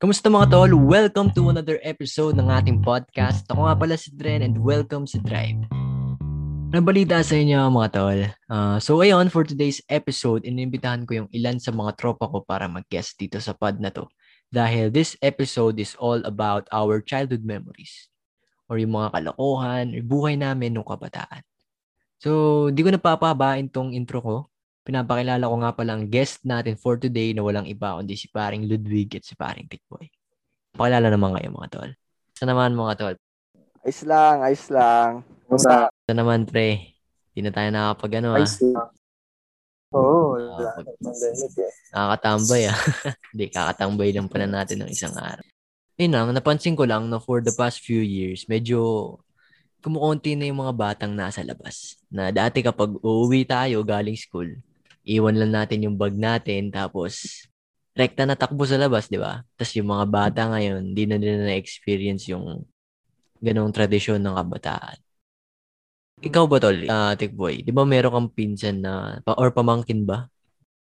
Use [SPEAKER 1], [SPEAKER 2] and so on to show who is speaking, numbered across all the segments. [SPEAKER 1] Kamusta mga tol? Welcome to another episode ng ating podcast. Ako nga pala si Dren and welcome si Drive. Nabalita sa inyo mga tol. Ah, so ayun, for today's episode, inimbitahan ko yung ilan sa mga tropa ko para mag-guest dito sa pod na to. Dahil this episode is all about our childhood memories. Or yung mga kalokohan, or buhay namin nung kabataan. So, di ko napapabain tong intro ko. Pinapakilala ko nga palang guest natin for today na walang iba kundi si paring Ludwig at si paring Tikboy. Pakilala naman kayo mga tol. Sa naman mga tol.
[SPEAKER 2] Ayos lang, ayos lang.
[SPEAKER 3] Basta,
[SPEAKER 1] Sa naman pre. Hindi na tayo nakakapag ano ah.
[SPEAKER 3] ayos lang. Oo, wala.
[SPEAKER 1] Nakakapag-
[SPEAKER 3] Pandemic eh.
[SPEAKER 1] Nakakatambay ah. Hindi, kakatambay lang pala natin ng isang araw. Ayun lang, napansin ko lang na for the past few years, medyo kumukunti na yung mga batang nasa labas. Na dati kapag uuwi tayo galing school, iwan lang natin yung bag natin, tapos rekta na takbo sa labas, di ba? Tapos yung mga bata ngayon, di na nila na-experience yung ganong tradisyon ng kabataan. Ikaw ba, Tol, ah Tikboy, di ba meron kang pinsan na, pa- or pamangkin ba,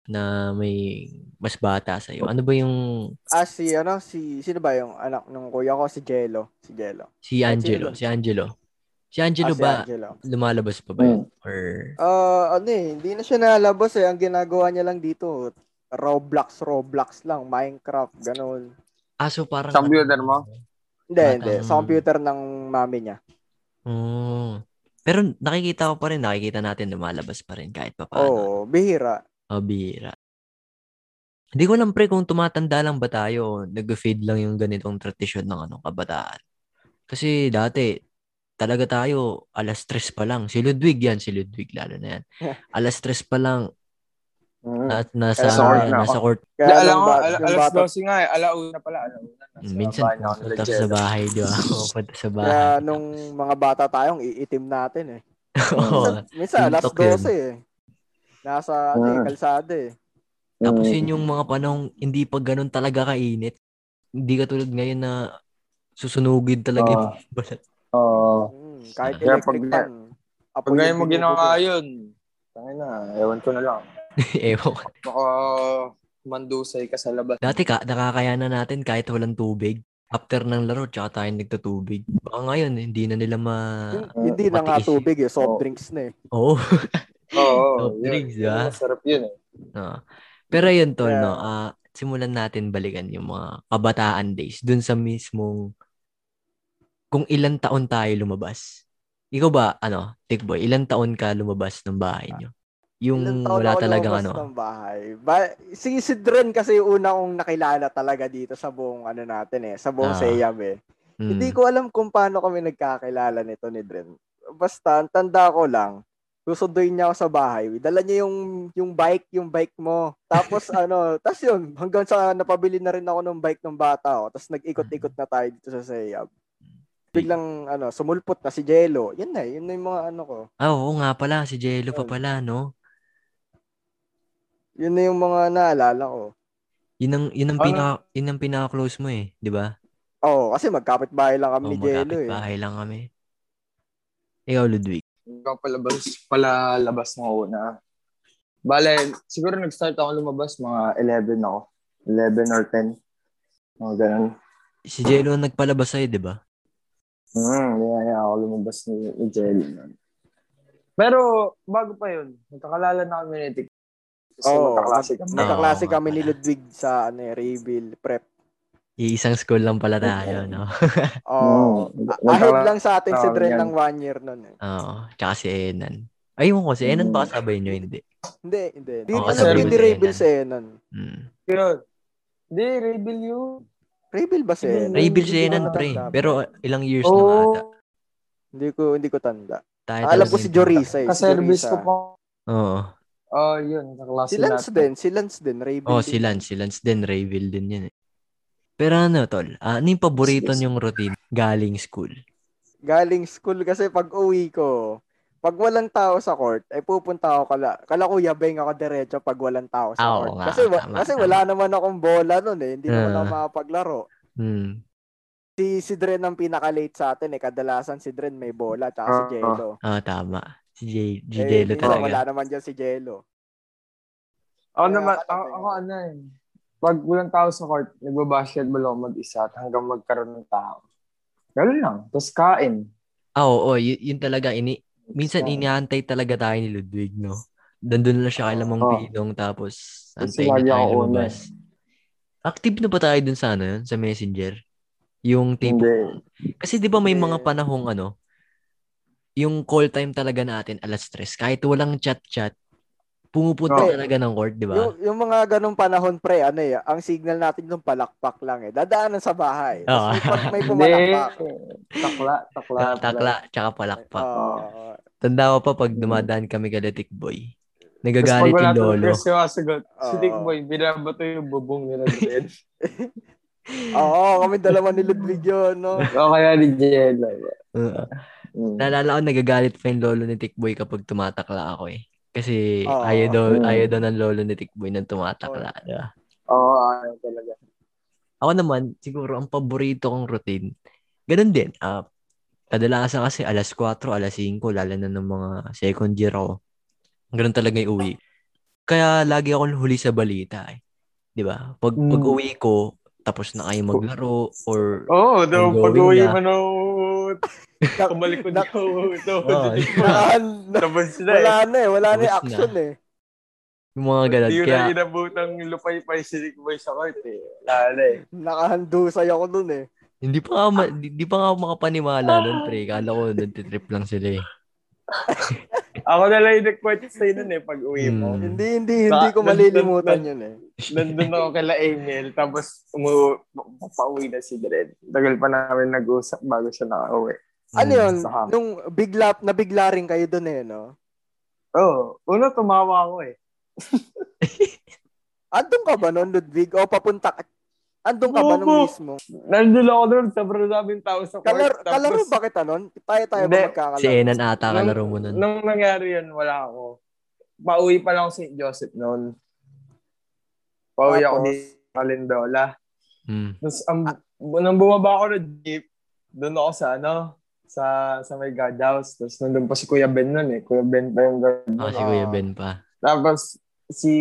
[SPEAKER 1] na may mas bata sa iyo. Ano ba yung
[SPEAKER 2] Ah, si, ano, si, sino ba yung anak nung kuya ko? Si Jello. Si Jello.
[SPEAKER 1] si
[SPEAKER 2] Ah,
[SPEAKER 1] Angelo?
[SPEAKER 2] sino
[SPEAKER 1] Si Angelo. Si Angelo
[SPEAKER 2] ah, si
[SPEAKER 1] ba
[SPEAKER 2] Angelo. Hmm.
[SPEAKER 1] lumalabas pa ba yun? Or
[SPEAKER 2] Ah, ano eh, hindi na siya nalabas eh. Ang ginagawa niya lang dito, Roblox, Roblox lang, Minecraft, ganun.
[SPEAKER 1] aso ah, parang
[SPEAKER 3] Sa computer mo?
[SPEAKER 2] Hindi,
[SPEAKER 1] Batang-
[SPEAKER 2] hindi. Sa computer ng mami niya.
[SPEAKER 1] Oo. Oh. Pero nakikita ko pa rin, nakikita natin lumalabas pa rin kahit pa paano.
[SPEAKER 2] Oo, oh, bihira.
[SPEAKER 1] Oh. bihira. Hindi ko alam pre kung tumatanda lang ba tayo o nag-fade lang yung ganitong tradisyon ng anong kabataan. Kasi dati, talaga tayo, alas tres pa lang. Si Ludwig yan, si Ludwig lalo na yan. alas tres pa lang,
[SPEAKER 3] Mm.
[SPEAKER 1] At nasa
[SPEAKER 2] Nasa court
[SPEAKER 3] na
[SPEAKER 1] nasa
[SPEAKER 3] ako.
[SPEAKER 1] court
[SPEAKER 2] Kaya
[SPEAKER 3] alam
[SPEAKER 2] yung
[SPEAKER 3] ko,
[SPEAKER 2] bat-
[SPEAKER 3] ala,
[SPEAKER 2] yung
[SPEAKER 3] alas
[SPEAKER 2] bata-
[SPEAKER 3] 12 nga eh. Alauna pala, alauna. Nasa
[SPEAKER 1] Mm, minsan
[SPEAKER 3] bahay na ako
[SPEAKER 1] pupunta
[SPEAKER 3] nag-jet.
[SPEAKER 1] sa bahay, di ba? Pupunta sa bahay.
[SPEAKER 2] kaya nung mga bata tayong iitim natin eh.
[SPEAKER 1] Oo.
[SPEAKER 2] Minsan, minsan alas
[SPEAKER 1] Tintok yun.
[SPEAKER 2] 12 eh. Nasa ano, eh,
[SPEAKER 3] Ah.
[SPEAKER 2] kalsada eh.
[SPEAKER 1] Tapos
[SPEAKER 3] Mm.
[SPEAKER 1] yun yung mga panahon hindi pa ganun talaga kainit. Hindi ka tulad ngayon na susunugin talaga
[SPEAKER 3] Oo.
[SPEAKER 1] yung balat.
[SPEAKER 3] Oo.
[SPEAKER 2] Mm, kahit
[SPEAKER 1] Kaya
[SPEAKER 3] pag-
[SPEAKER 2] electric fan. apoy
[SPEAKER 3] Pag ngayon
[SPEAKER 2] yung
[SPEAKER 3] mo ginawa
[SPEAKER 2] pinuputok.
[SPEAKER 3] yun, tangin na, ewan ko na lang.
[SPEAKER 1] Ewan ko.
[SPEAKER 3] Baka mandusay ka sa labas.
[SPEAKER 1] Dati ka, nakakayanan natin kahit walang tubig. After ng laro, tsaka tayo nagtatubig. Baka ngayon, hindi na nila ma...
[SPEAKER 2] Yung- Hindi na nga
[SPEAKER 1] matiis yun.
[SPEAKER 2] tubig eh, soft
[SPEAKER 3] Oo.
[SPEAKER 2] drinks na eh.
[SPEAKER 1] Oo.
[SPEAKER 3] Oo,
[SPEAKER 1] Soft
[SPEAKER 3] yun.
[SPEAKER 1] drinks,
[SPEAKER 3] Yun,
[SPEAKER 1] ah.
[SPEAKER 3] Masarap yun eh.
[SPEAKER 1] No. Pero yun, Tol,
[SPEAKER 2] Yeah.
[SPEAKER 1] no, ah, simulan natin balikan yung mga kabataan days dun sa mismong kung ilan taon tayo lumabas. Ikaw ba, ano, Tikboy, ilan taon ka lumabas ng bahay nyo? Yung
[SPEAKER 2] Ah. Ilang taon
[SPEAKER 1] wala
[SPEAKER 2] ako
[SPEAKER 1] talagang
[SPEAKER 2] lumabas
[SPEAKER 1] ano.
[SPEAKER 2] Ng bahay. Ba- si si Dren kasi yung una kong nakilala talaga dito sa buong ano natin eh, sa
[SPEAKER 1] Ah.
[SPEAKER 2] buong Seyab eh.
[SPEAKER 1] mm,
[SPEAKER 2] Hindi ko alam kung paano kami nagkakilala nito ni Dren. Basta, ang tanda ko lang, susunduin niya ako sa bahay. Dala niya yung, yung bike, yung bike mo. Tapos ano, tapos yun, hanggang sa napabili na rin ako ng bike ng bata ako. Tapos nag-ikot-ikot na tayo dito sa Seyab. Biglang ano, sumulpot na si Jello. Yun na, yun na yung mga ano ko.
[SPEAKER 1] Ah, oo nga pala, si Jello pa
[SPEAKER 2] Yun.
[SPEAKER 1] pala, no?
[SPEAKER 2] Yun na yung mga naalala ko.
[SPEAKER 1] Yun ang, yun
[SPEAKER 2] Ah.
[SPEAKER 1] ang,
[SPEAKER 3] Ano?
[SPEAKER 1] pinaka, yun ang pinaka-close mo eh, di ba?
[SPEAKER 2] Oo, kasi magkapit-bahay lang kami
[SPEAKER 1] Oh,
[SPEAKER 2] ni Jello eh.
[SPEAKER 1] bahay lang kami. Ikaw, Ludwig.
[SPEAKER 3] Ikaw palabas, palalabas na una. Bale, siguro nag-start ako lumabas mga 11 ako. 11 or 10. Mga ganun.
[SPEAKER 1] Si Jello ang nagpalabas sa'yo, di ba?
[SPEAKER 3] Hmm, yeah, yeah, ako lumabas ni, ni Jelly nun. Pero, bago pa yun, nagkakalala na kami ni Tik. Kasi
[SPEAKER 2] Oo,
[SPEAKER 3] magkaklase kami.
[SPEAKER 1] mag- mag-
[SPEAKER 2] Magkaklase
[SPEAKER 1] Oo,
[SPEAKER 2] kami
[SPEAKER 1] nga
[SPEAKER 2] ni
[SPEAKER 1] pala.
[SPEAKER 2] Ludwig sa ano, eh, Reveal Prep.
[SPEAKER 1] Iisang school lang pala tayo, no?
[SPEAKER 2] Oo.
[SPEAKER 3] Mm,
[SPEAKER 2] A-
[SPEAKER 3] magkakla-
[SPEAKER 2] Ahead lang sa atin si
[SPEAKER 3] Oo,
[SPEAKER 2] Dren
[SPEAKER 3] yan.
[SPEAKER 2] ng one year nun. Eh.
[SPEAKER 1] Oo, tsaka si Enan. Ayun ko, si Enan
[SPEAKER 3] Mm.
[SPEAKER 1] baka sabay nyo, hindi.
[SPEAKER 2] Hindi, hindi. Di,
[SPEAKER 1] Oo,
[SPEAKER 2] ano,
[SPEAKER 3] kasama
[SPEAKER 2] hindi
[SPEAKER 1] si
[SPEAKER 2] Reveal
[SPEAKER 1] Enan.
[SPEAKER 2] si Enan.
[SPEAKER 1] Mm.
[SPEAKER 3] Yun. Di, reveal yun.
[SPEAKER 2] Reveal ba si
[SPEAKER 3] Reveal.
[SPEAKER 2] Enan?
[SPEAKER 3] Reveal.
[SPEAKER 1] Rebuild si
[SPEAKER 3] hindi ko
[SPEAKER 1] Enan,
[SPEAKER 3] alam
[SPEAKER 1] pre. eh.
[SPEAKER 2] dapat.
[SPEAKER 1] Pero ilang years na nga
[SPEAKER 3] Oo,
[SPEAKER 1] ata.
[SPEAKER 2] Hindi ko, hindi ko tanda.
[SPEAKER 1] Tayo
[SPEAKER 2] Alam
[SPEAKER 1] talaga
[SPEAKER 2] ko si
[SPEAKER 1] yung-
[SPEAKER 2] Jorisa eh. si
[SPEAKER 3] kaservice
[SPEAKER 2] Jorisa.
[SPEAKER 3] ko pa.
[SPEAKER 1] Oo.
[SPEAKER 3] Oh,
[SPEAKER 4] Ah,
[SPEAKER 3] yun, nakaklase
[SPEAKER 2] Si Lance
[SPEAKER 3] natin.
[SPEAKER 2] din, si Lance din, Reveal.
[SPEAKER 1] Oh, si Lance. Si Lance din. Rayville din yan eh. Pero ano, tol? Ah, ano yung paborito
[SPEAKER 3] Yes.
[SPEAKER 1] niyong routine galing school?
[SPEAKER 2] Galing school kasi pag uwi ko, pag walang tao sa court, ay pupunta ako kala, kala Kuya Beng ako diretso pag walang tao sa
[SPEAKER 1] Ah, oo
[SPEAKER 2] court.
[SPEAKER 1] nga,
[SPEAKER 2] kasi wa-
[SPEAKER 1] tama,
[SPEAKER 2] kasi
[SPEAKER 1] tama.
[SPEAKER 2] wala naman akong bola noon eh, hindi naman
[SPEAKER 1] Ah.
[SPEAKER 2] ako makapaglaro.
[SPEAKER 1] Hmm.
[SPEAKER 2] Si si Dren ang pinaka-late sa atin eh, kadalasan si Dren may bola tsaka si
[SPEAKER 3] Ah,
[SPEAKER 2] Jello.
[SPEAKER 1] Ah, tama. Si J
[SPEAKER 2] Eh,
[SPEAKER 1] Jidelo
[SPEAKER 2] minsan
[SPEAKER 1] talaga.
[SPEAKER 2] wala naman dyan si Jello.
[SPEAKER 3] Ako
[SPEAKER 2] Kaya
[SPEAKER 3] naman,
[SPEAKER 2] ka-
[SPEAKER 3] ako, ako ano eh.
[SPEAKER 4] pag walang tao sa court, nagbabasketball ako mag-isa at hanggang magkaroon ng tao. Ganun lang. Tapos kain.
[SPEAKER 1] Ah, oo, oo, y- yun talaga. Ini minsan
[SPEAKER 4] Kain.
[SPEAKER 1] inaantay talaga tayo ni Ludwig, no? Nandun lang siya kay Lamang
[SPEAKER 4] Oo.
[SPEAKER 1] Pinong, tapos antay
[SPEAKER 4] Kasi lagi
[SPEAKER 1] niya
[SPEAKER 4] ako
[SPEAKER 1] tayo
[SPEAKER 4] una.
[SPEAKER 1] lumabas. Active na ba tayo dun sa ano yun? Sa messenger? Yung tape.
[SPEAKER 4] Hindi.
[SPEAKER 1] Kasi di ba may
[SPEAKER 2] Hindi.
[SPEAKER 1] mga panahong ano, yung call time talaga natin alas tres. Kahit walang chat-chat, pumupunta
[SPEAKER 4] Oo.
[SPEAKER 1] talaga ng court, di ba?
[SPEAKER 2] Yung, yung mga ganong panahon pre, ano eh, ang signal natin nung palakpak lang eh. Dadaanan sa bahay.
[SPEAKER 1] Oo.
[SPEAKER 2] Tapos may, pag- may
[SPEAKER 4] Hindi.
[SPEAKER 2] pumalakpak.
[SPEAKER 4] Takla. Takla.
[SPEAKER 1] Takla, takla, tsaka palakpak.
[SPEAKER 2] Oo.
[SPEAKER 1] Tanda ko pa pag
[SPEAKER 4] Mm.
[SPEAKER 1] dumadaan kami kay Tick Boy.
[SPEAKER 4] Tapos pag
[SPEAKER 1] Nagagalit
[SPEAKER 4] wala
[SPEAKER 1] yung
[SPEAKER 4] tong
[SPEAKER 1] lolo.
[SPEAKER 4] first yung sagot, si
[SPEAKER 2] Oo.
[SPEAKER 4] Dick Boy, binabato yung bubong nila din.
[SPEAKER 2] Oo, kami dalawa ni Ludwig yun, no?
[SPEAKER 4] o kaya ni Jella.
[SPEAKER 1] Oo.
[SPEAKER 4] Mm.
[SPEAKER 1] Naalala ko, nagagalit pa yung lolo ni Tikboy kapag tumatakla ako eh. Kasi
[SPEAKER 2] Oo.
[SPEAKER 1] ayaw, daw,
[SPEAKER 4] Mm.
[SPEAKER 1] ayaw daw ng lolo ni Tikboy nang tumatakla. di ba?
[SPEAKER 4] Oo, ano talaga.
[SPEAKER 1] Ako naman, siguro ang paborito kong routine, ganun din. ah kadalasan kasi alas 4, alas 5, lalo na ng mga second year ako. Ganun talaga yung uwi. Kaya lagi akong huli sa balita eh. Di ba? Pag,
[SPEAKER 4] Mm.
[SPEAKER 1] pag uwi ko, tapos na kayo maglaro or
[SPEAKER 4] Oo, oh, daw
[SPEAKER 1] Ongoing
[SPEAKER 4] pag-uwi
[SPEAKER 1] na.
[SPEAKER 4] mo na, kumalik ko na
[SPEAKER 2] Nak-
[SPEAKER 4] ito.
[SPEAKER 1] Oo.
[SPEAKER 2] Naan- na-
[SPEAKER 4] Tapos sila eh.
[SPEAKER 2] wala na eh, wala na yung
[SPEAKER 1] Tapos na.
[SPEAKER 2] action eh.
[SPEAKER 1] yung mga ganun.
[SPEAKER 4] Hindi ko
[SPEAKER 1] Kaya,
[SPEAKER 4] na inabutang lupay-pay si Dick Boy sa court eh. Wala na eh.
[SPEAKER 2] Nakahandusay ako dun eh.
[SPEAKER 1] Hindi pa nga, ma- di, di pa nga ako makapaniwala nun, pre. Kala ko, nagtitrip lang sila eh.
[SPEAKER 4] Ako na lang yung nagkwento sa'yo nun eh, pag uwi mo.
[SPEAKER 1] Mm.
[SPEAKER 2] Hindi, hindi, hindi
[SPEAKER 4] Ba-
[SPEAKER 2] ko malilimutan yun eh.
[SPEAKER 4] Nandun ako kala Emil, tapos umu pauwi na si Dred. Tagal pa namin nag-usap bago siya nakauwi.
[SPEAKER 1] Hmm.
[SPEAKER 2] Ano yun,
[SPEAKER 4] Saka.
[SPEAKER 2] nung bigla, nabigla rin kayo dun eh, no?
[SPEAKER 4] Oo, oh, una tumawa ako eh.
[SPEAKER 2] Andun ka ba nun, Ludwig? O papunta ka? Andun ka ba
[SPEAKER 4] Opo.
[SPEAKER 2] nung mismo?
[SPEAKER 4] Nandun ako doon, sobrang daming tao sa court.
[SPEAKER 2] Kalaro, kalaro ba kita nun? Tayo-tayo ba
[SPEAKER 4] Hindi.
[SPEAKER 2] magkakalaro?
[SPEAKER 1] Si Enan ata,
[SPEAKER 4] Nung-
[SPEAKER 1] kalaro mo nun.
[SPEAKER 4] Nung nangyari yun, wala ako. Pauwi pa lang ako sa St. Joseph noon. Pauwi ako ni
[SPEAKER 2] Tapos,
[SPEAKER 4] Calindola.
[SPEAKER 1] Mm.
[SPEAKER 4] Tapos, ang, nung bumaba ako ng jeep, doon ako sa ano, sa sa may guard house. Tapos nandun pa si Kuya Ben nun eh. Kuya Ben pa yung guard
[SPEAKER 1] Ah,
[SPEAKER 4] nun.
[SPEAKER 1] si Kuya Ben pa.
[SPEAKER 4] Tapos, si